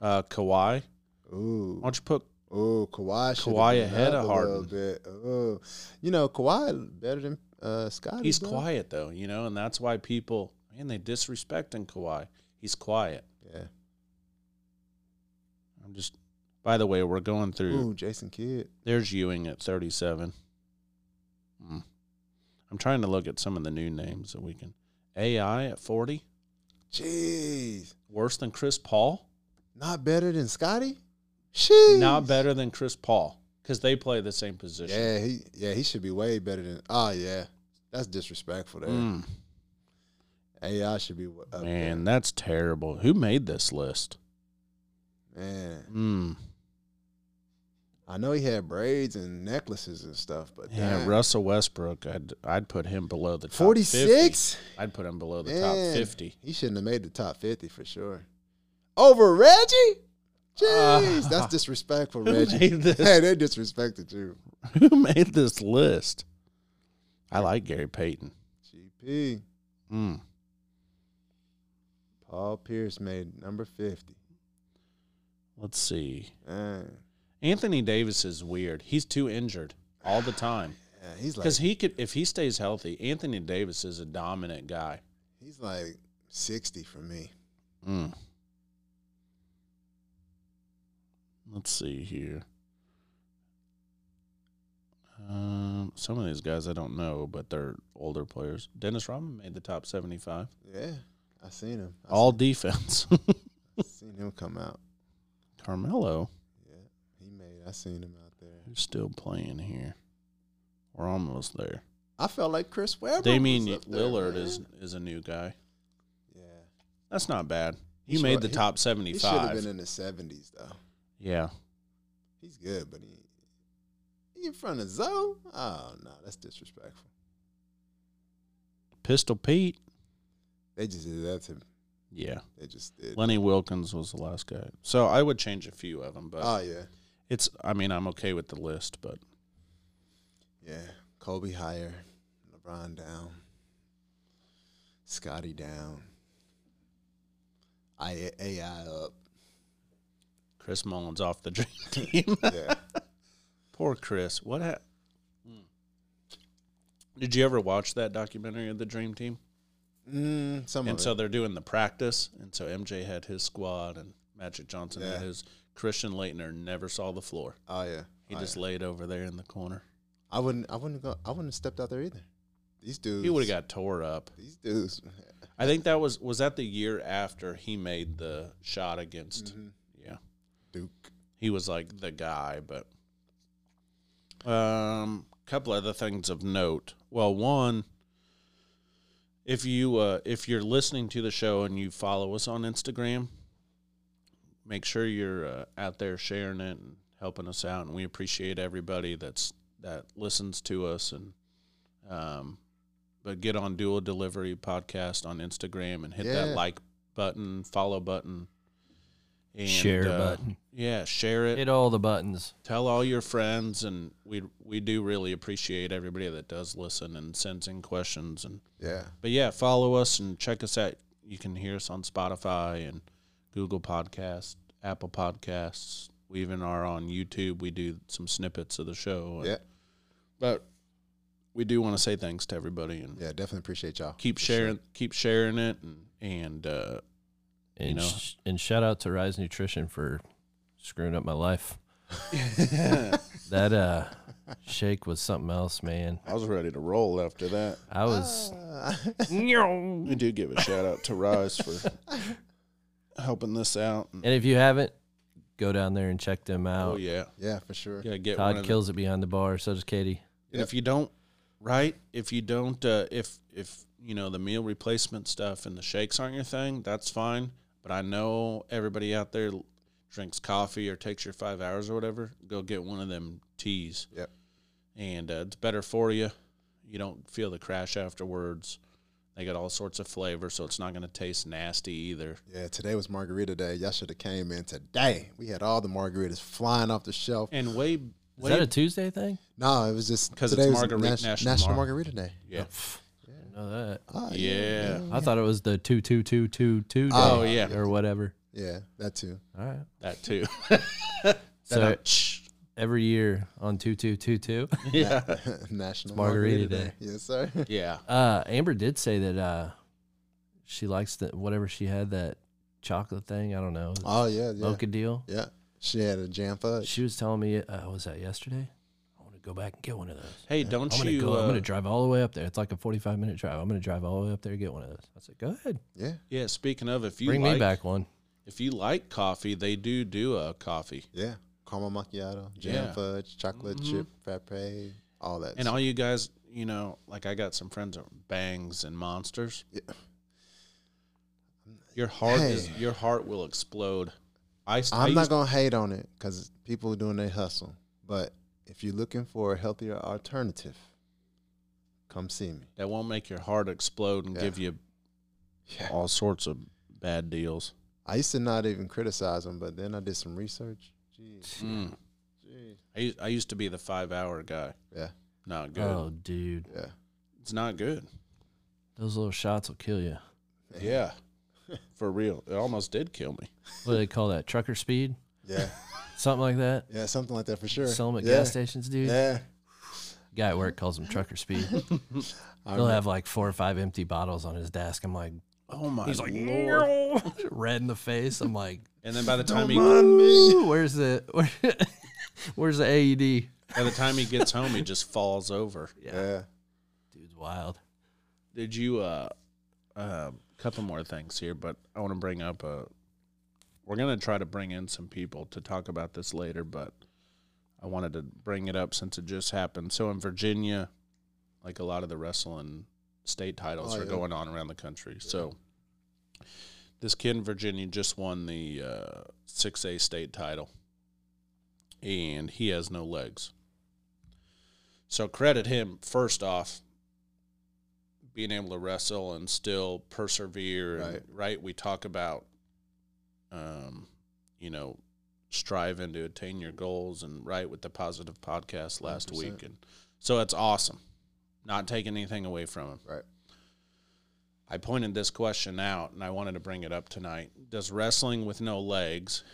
Uh, Kawhi, Ooh. why don't you put? Ooh, Kawhi should Kawhi have been ahead up of a little Harden. bit. Ooh. You know, Kawhi better than uh Scotty. He's bro. quiet though, you know, and that's why people man they disrespecting Kawhi. He's quiet. Yeah. I'm just. By the way, we're going through. Ooh, Jason Kidd. There's Ewing at 37. Hmm. I'm trying to look at some of the new names that we can. AI at 40, Jeez. worse than Chris Paul. Not better than Scotty? Sheesh. Not better than Chris Paul because they play the same position. Yeah, he yeah, he should be way better than Oh yeah. That's disrespectful there. Mm, AI should be up man, that's terrible. Who made this list? there. Man. Mm. I know he had braids and necklaces and stuff, but Yeah, damn. Russell Westbrook. I'd I'd put him below the top 50. 46? I'd put him below the Man, top fifty. He shouldn't have made the top 50 for sure. Over Reggie? Jeez, Ah. that's disrespectful, Who Reggie. made this? Hey, they disrespected you. Who made this list? I like Gary Payton. GP. Mm. Paul Pierce made number 50. Let's see. Man. Anthony Davis is weird. He's too injured all the time Yeah, he's like because he could, if he stays healthy, Anthony Davis is a dominant guy. he's like 60 for me. Mm. Let's see here. Um, some of these guys I don't know, but they're older players. Dennis Rodman made the top seventy-five, Yeah. I seen him. I all defense. seen him come out. Carmelo, Yeah. He made I seen him out there. who's still playing here? We're almost there. I felt like Chris Webber. Damien was up there, Lillard man. is is a new guy. Yeah, That's not bad. He You should- made the he- top he should have 75. been in the seventies though. yeah. He's good, but he he in front of Zoe? Oh no, that's disrespectful. Pistol Pete. They just did that to me. Yeah. They just did. Lenny Wilkins was the last guy. So I would change a few of them, but Oh yeah, it's, I mean, I'm okay with the list, but yeah. Kobe higher, LeBron down, Scotty down, I AI up. Chris Mullins off the dream team. Yeah. Poor Chris. What ha- Mm. Did you ever watch that documentary of the dream team? mm, some and of so it. they're doing the practice, and so MJ had his squad, and Magic Johnson Yeah. had his. Christian Leitner never saw the floor. Oh yeah. He Oh, just yeah. laid over there in the corner. I wouldn't. I wouldn't go. I wouldn't have stepped out there either. These dudes. He would have got tore up. these dudes. I think that was was that the year after he made the shot against. Mhm. Yeah, Duke. he was like the guy, but um, couple other things of note. Well, one, if you uh, if you're listening to the show and you follow us on Instagram, make sure you're uh, out there sharing it and helping us out, and we appreciate everybody that's that listens to us and um, but get on Dual Delivery Podcast on Instagram and hit Yeah. that like button, follow button. And, Share uh, button. yeah, share it. Hit all the buttons. Tell all your friends, and we we do really appreciate everybody that does listen and sends in questions. And Yeah. but yeah, follow us and check us out. You can hear us on Spotify and Google Podcasts, Apple Podcasts. We even are on YouTube. We do some snippets of the show. Yeah. but we do want to say thanks to everybody and Yeah. Definitely appreciate y'all. keep For sure. sharing, keep sharing it, and and uh, And, know. sh- and shout out to Rise Nutrition for screwing up my life. that uh, shake was something else, man. I was ready to roll after that. I was We do give a shout out to Rise for helping this out. And if you haven't, go down there and check them out. Oh yeah, Yeah, for sure. yeah. Get one Todd of the- kills it behind the bar. So does Katie. And if you don't, right? If you don't, uh, if if you know the meal replacement stuff and the shakes aren't your thing, that's fine. But I know everybody out there l- drinks coffee or takes your five hours or whatever. Go get one of them teas. Yep. And uh, it's better for you. You don't feel the crash afterwards. They got all sorts of flavor, so it's not going to taste nasty either. Yeah, today was margarita day. Y'all should have came in today. We had all the margaritas flying off the shelf. And way, Is way that a Tuesday thing? No, it was just 'Cause today it's was Margarita- Nas- National National, Mar- Margarita Day. yeah. I didn't know that. Ah, Oh, Yeah. I thought it was the two two two two two day Oh, yeah. or whatever. Ah, yeah, that too. All right. that too. So every year on two two two two, yeah, National Margarita Margarita, Day. Yes, sir. yeah. uh, Amber did say that uh, she likes the whatever she had that chocolate thing. I don't know Oh yeah, yeah, mocha deal. yeah. She had a jam fudge. She was telling me, uh, was that yesterday? I want to go back and get one of those. Hey, don't I'm gonna you? go. I'm uh, gonna drive all the way up there. It's like a 45 minute drive. I'm gonna drive all the way up there and get one of those. I said, go ahead, Yeah, Yeah, speaking of, if you bring like, me back one. if you like coffee, they do do a coffee, yeah. Caramel macchiato, jam Yeah. fudge, chocolate Mhm. chip frappe, all that. and all you guys, you know, like I got some friends at Bangs and Monsters. Yeah. Your heart is Hey. your heart will explode. I, I'm not not gonna hate on it because people are doing their hustle. But if you're looking for a healthier alternative, come see me. that won't make your heart explode and Yeah. give you Yeah. all sorts of bad deals. I used to not even criticize them, but then I did some research. Jeez, Mm. jeez. I u- I used to be the five hour guy. Yeah, Not good. Oh, dude, yeah. It's not good. those little shots will kill you. Yeah, for real. It almost did kill me. What do they call that? Trucker speed, Yeah, something like that. yeah, something like that for sure. Sell them at yeah. gas stations, dude. Yeah, Guy at work calls them trucker speed. I He'll remember- have like four or five empty bottles on his desk. I'm like, Oh my! he's like, Lord. red in the face. I'm like, and then by the time he "Ooh, where's the where, where's the E AED? By the time he gets home, he just falls over. Yeah, Dude's wild. Did you? uh A couple more things here, but I want to bring up a. We're gonna try to bring in some people to talk about this later, but I wanted to bring it up since it just happened. So in Virginia, like a lot of the wrestling state titles Oh, are yeah. going on around the country. So this kid in Virginia just won the uh, 6A state title, and he has no legs. So credit him first off being able to wrestle and still persevere and, Right. right we talk about um you know striving to attain your goals and right with the positive podcast last 100%. week and so it's awesome not taking anything away from him Right. I pointed this question out and I wanted to bring it up tonight. Does wrestling with no legs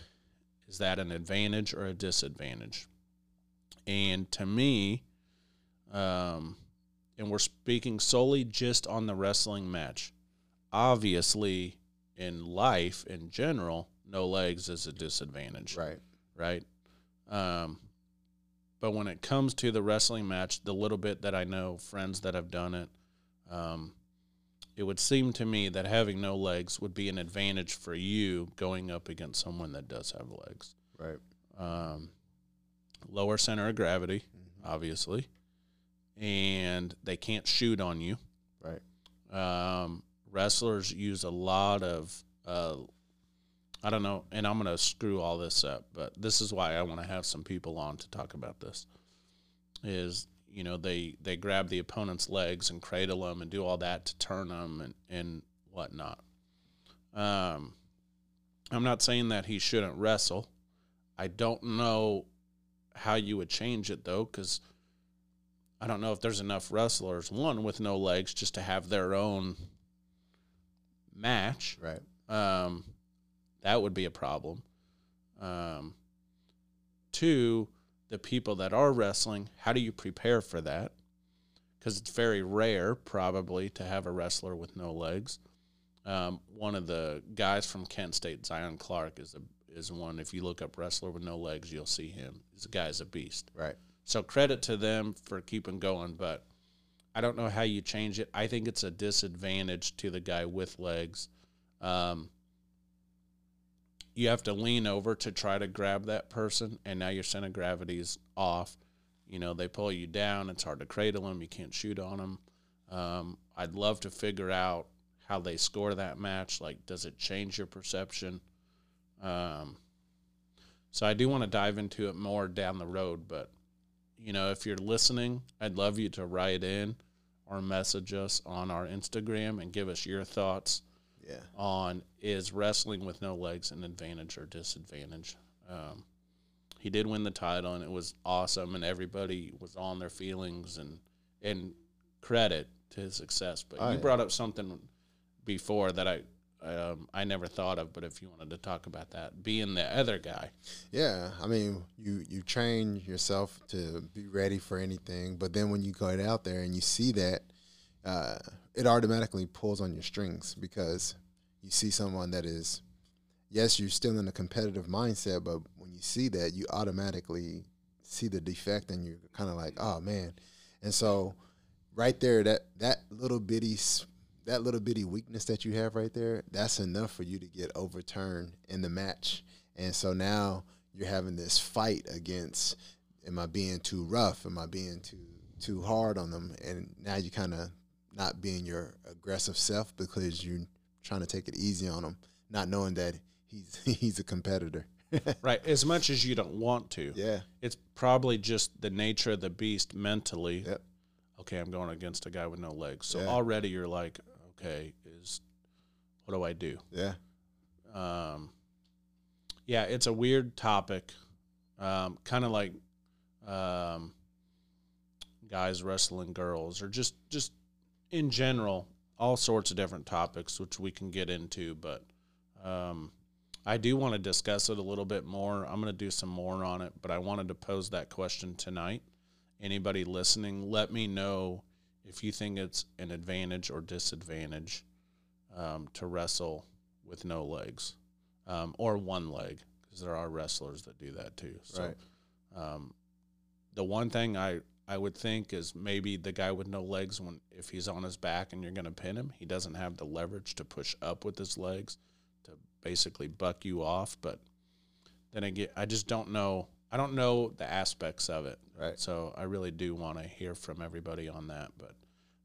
is that an advantage or a disadvantage? And to me, um, and we're speaking solely just on the wrestling match. Obviously, in life in general, no legs is a disadvantage Right. right? Um, but when it comes to the wrestling match, the little bit that I know, friends that have done it, um, it would seem to me that having no legs would be an advantage for you going up against someone that does have legs. Right. Um, lower center of gravity, Mm-hmm. obviously, and they can't shoot on you. Right. Um, wrestlers use a lot of, uh, I don't know, and I'm going to screw all this up, but this is why I want to have some people on to talk about this. Is you know they they grab the opponent's legs and cradle them and do all that to turn them and and whatnot. Um, I'm not saying that he shouldn't wrestle. I don't know how you would change it though, because I don't know if there's enough wrestlers, one with no legs, just to have their own match. Right. Um, that would be a problem. Um, two, the people that are wrestling, how do you prepare for that? Because it's very rare, probably, to have a wrestler with no legs. Um, one of the guys from Kent State, Zion Clark, is a is one. If you look up wrestler with no legs, you'll see him. This guy's a beast. Right. So credit to them for keeping going, but I don't know how you change it. I think it's a disadvantage to the guy with legs. Um, you have to lean over to try to grab that person, and now your center of gravity is off. You know, they pull you down. It's hard to cradle them. You can't shoot on them. Um, I'd love to figure out how they score that match. Like, does it change your perception? Um, so I do want to dive into it more down the road, but you know, if you're listening, I'd love you to write in or message us on our Instagram and give us your thoughts Yeah. on is wrestling with no legs an advantage or disadvantage. Um, he did win the title, and it was awesome, and everybody was on their feelings and and credit to his success. But Oh, you yeah. brought up something before that I um, I never thought of, but if you wanted to talk about that, being the other guy, Yeah, I mean, you you train yourself to be ready for anything, but then when you go out there and you see that, uh, it automatically pulls on your strings because you see someone that is, yes, you're still in a competitive mindset, but when you see that, you automatically see the defect and you're kind of like, oh man, and so right there, that that little bitty. s- That little bitty weakness that you have right there, that's enough for you to get overturned in the match. And so now you're having this fight against am I being too rough? Am I being too too hard on them? And now you kind of not being your aggressive self because you're trying to take it easy on them, not knowing that he's he's a competitor. right? As much as you don't want to, yeah. it's probably just the nature of the beast mentally. Yep. Okay, I'm going against a guy with no legs. So Yeah. already you're like, okay, is what do I do? Yeah. Um, yeah, it's a weird topic. Um, kind of like um, guys wrestling girls, or just just in general, all sorts of different topics which we can get into. But um, I do want to discuss it a little bit more. I'm going to do some more on it, but I wanted to pose that question tonight. Anybody listening, let me know if you think it's an advantage or disadvantage um, to wrestle with no legs um, or one leg because there are wrestlers that do that too. So, Right. um, the one thing I, I would think is maybe the guy with no legs when if he's on his back and you're going to pin him, he doesn't have the leverage to push up with his legs to basically buck you off. But then again, I just don't know. I don't know the aspects of it. Right. So I really do want to hear from everybody on that. But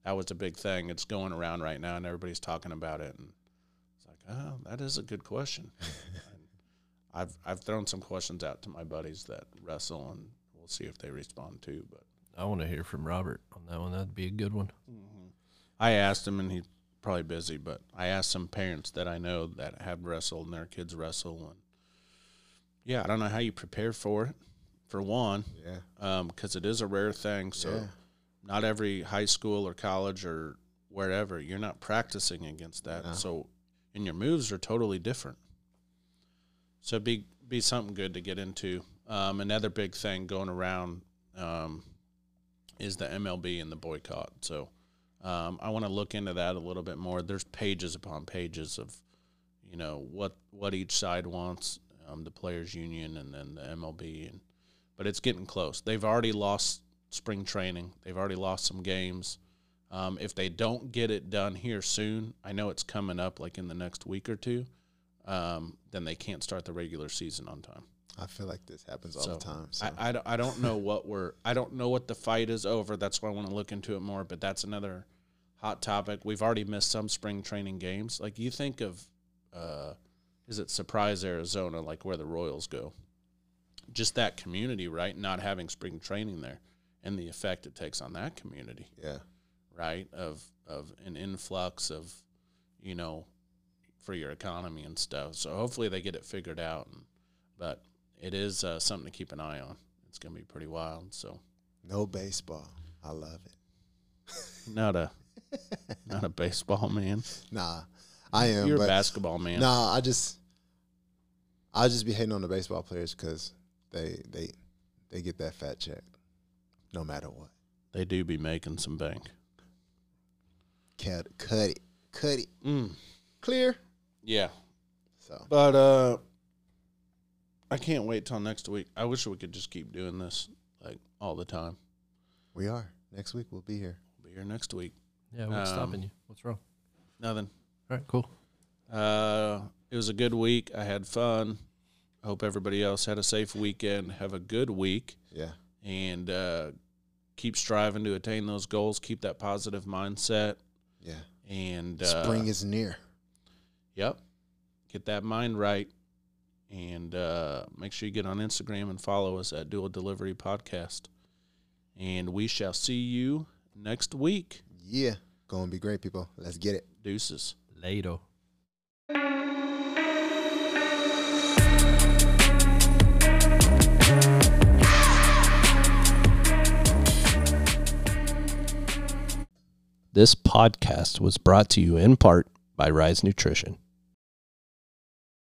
that was a big thing. It's going around right now, and everybody's talking about it. And it's like, oh, that is a good question. And I've I've thrown some questions out to my buddies that wrestle, and we'll see if they respond too. But I want to hear from Robert on that one. That'd be a good one. I asked him, and he's probably busy, but I asked some parents that I know that have wrestled and their kids wrestle, and yeah, I don't know how you prepare for it. For one, Yeah. because it is a rare thing, so Yeah. not every high school or college or wherever you're not practicing against that. No. So, and your moves are totally different. So it'd be be something good to get into. Um, another big thing going around um, is the MLB and the boycott. So um, I want to look into that a little bit more. There's pages upon pages of you know what what each side wants, um, the players union and then the MLB, and but it's getting close. They've already lost spring training. They've already lost some games. Um, if they don't get it done here soon, I know it's coming up like in the next week or two. Um, then they can't start the regular season on time. I feel like this happens all So, the time. So. I, I, don't- I don't know what we're I don't know what the fight is over. That's why I want to look into it more. But that's another hot topic. We've already missed some spring training games. Like you think of, uh, is it Surprise Arizona? Like where the Royals go? Just that community, right? Not having spring training there, and the effect it takes on that community yeah. right of of an influx of you know for your economy and stuff so hopefully they get it figured out and, but it is uh, something to keep an eye on it's going to be pretty wild so No baseball. I love it. not a not a baseball man Nah, I am. you're a but basketball man Nah, I just, I just be hating on the baseball players because they they they get that fat check, no matter what. they do be making some bank Cut, cut it, cut it, mm, clear. yeah So but uh i can't wait till next week i wish we could just keep doing this like all the time we are next week. We'll be here. we'll be here next week Yeah, what's Um, stopping you? What's wrong? nothing All right, cool. Uh, it was a good week. I had fun. Hope everybody else had a safe weekend. Have a good week Yeah, and uh, keep striving to attain those goals. Keep that positive mindset yeah. and uh, Spring is near. Yep. Get that mind right. And uh, make sure you get on Instagram and follow us at Dual Delivery Podcast. And we shall see you next week. Yeah, gonna be great, people. Let's get it. Deuces. Later. This podcast was brought to you in part by Rise Nutrition.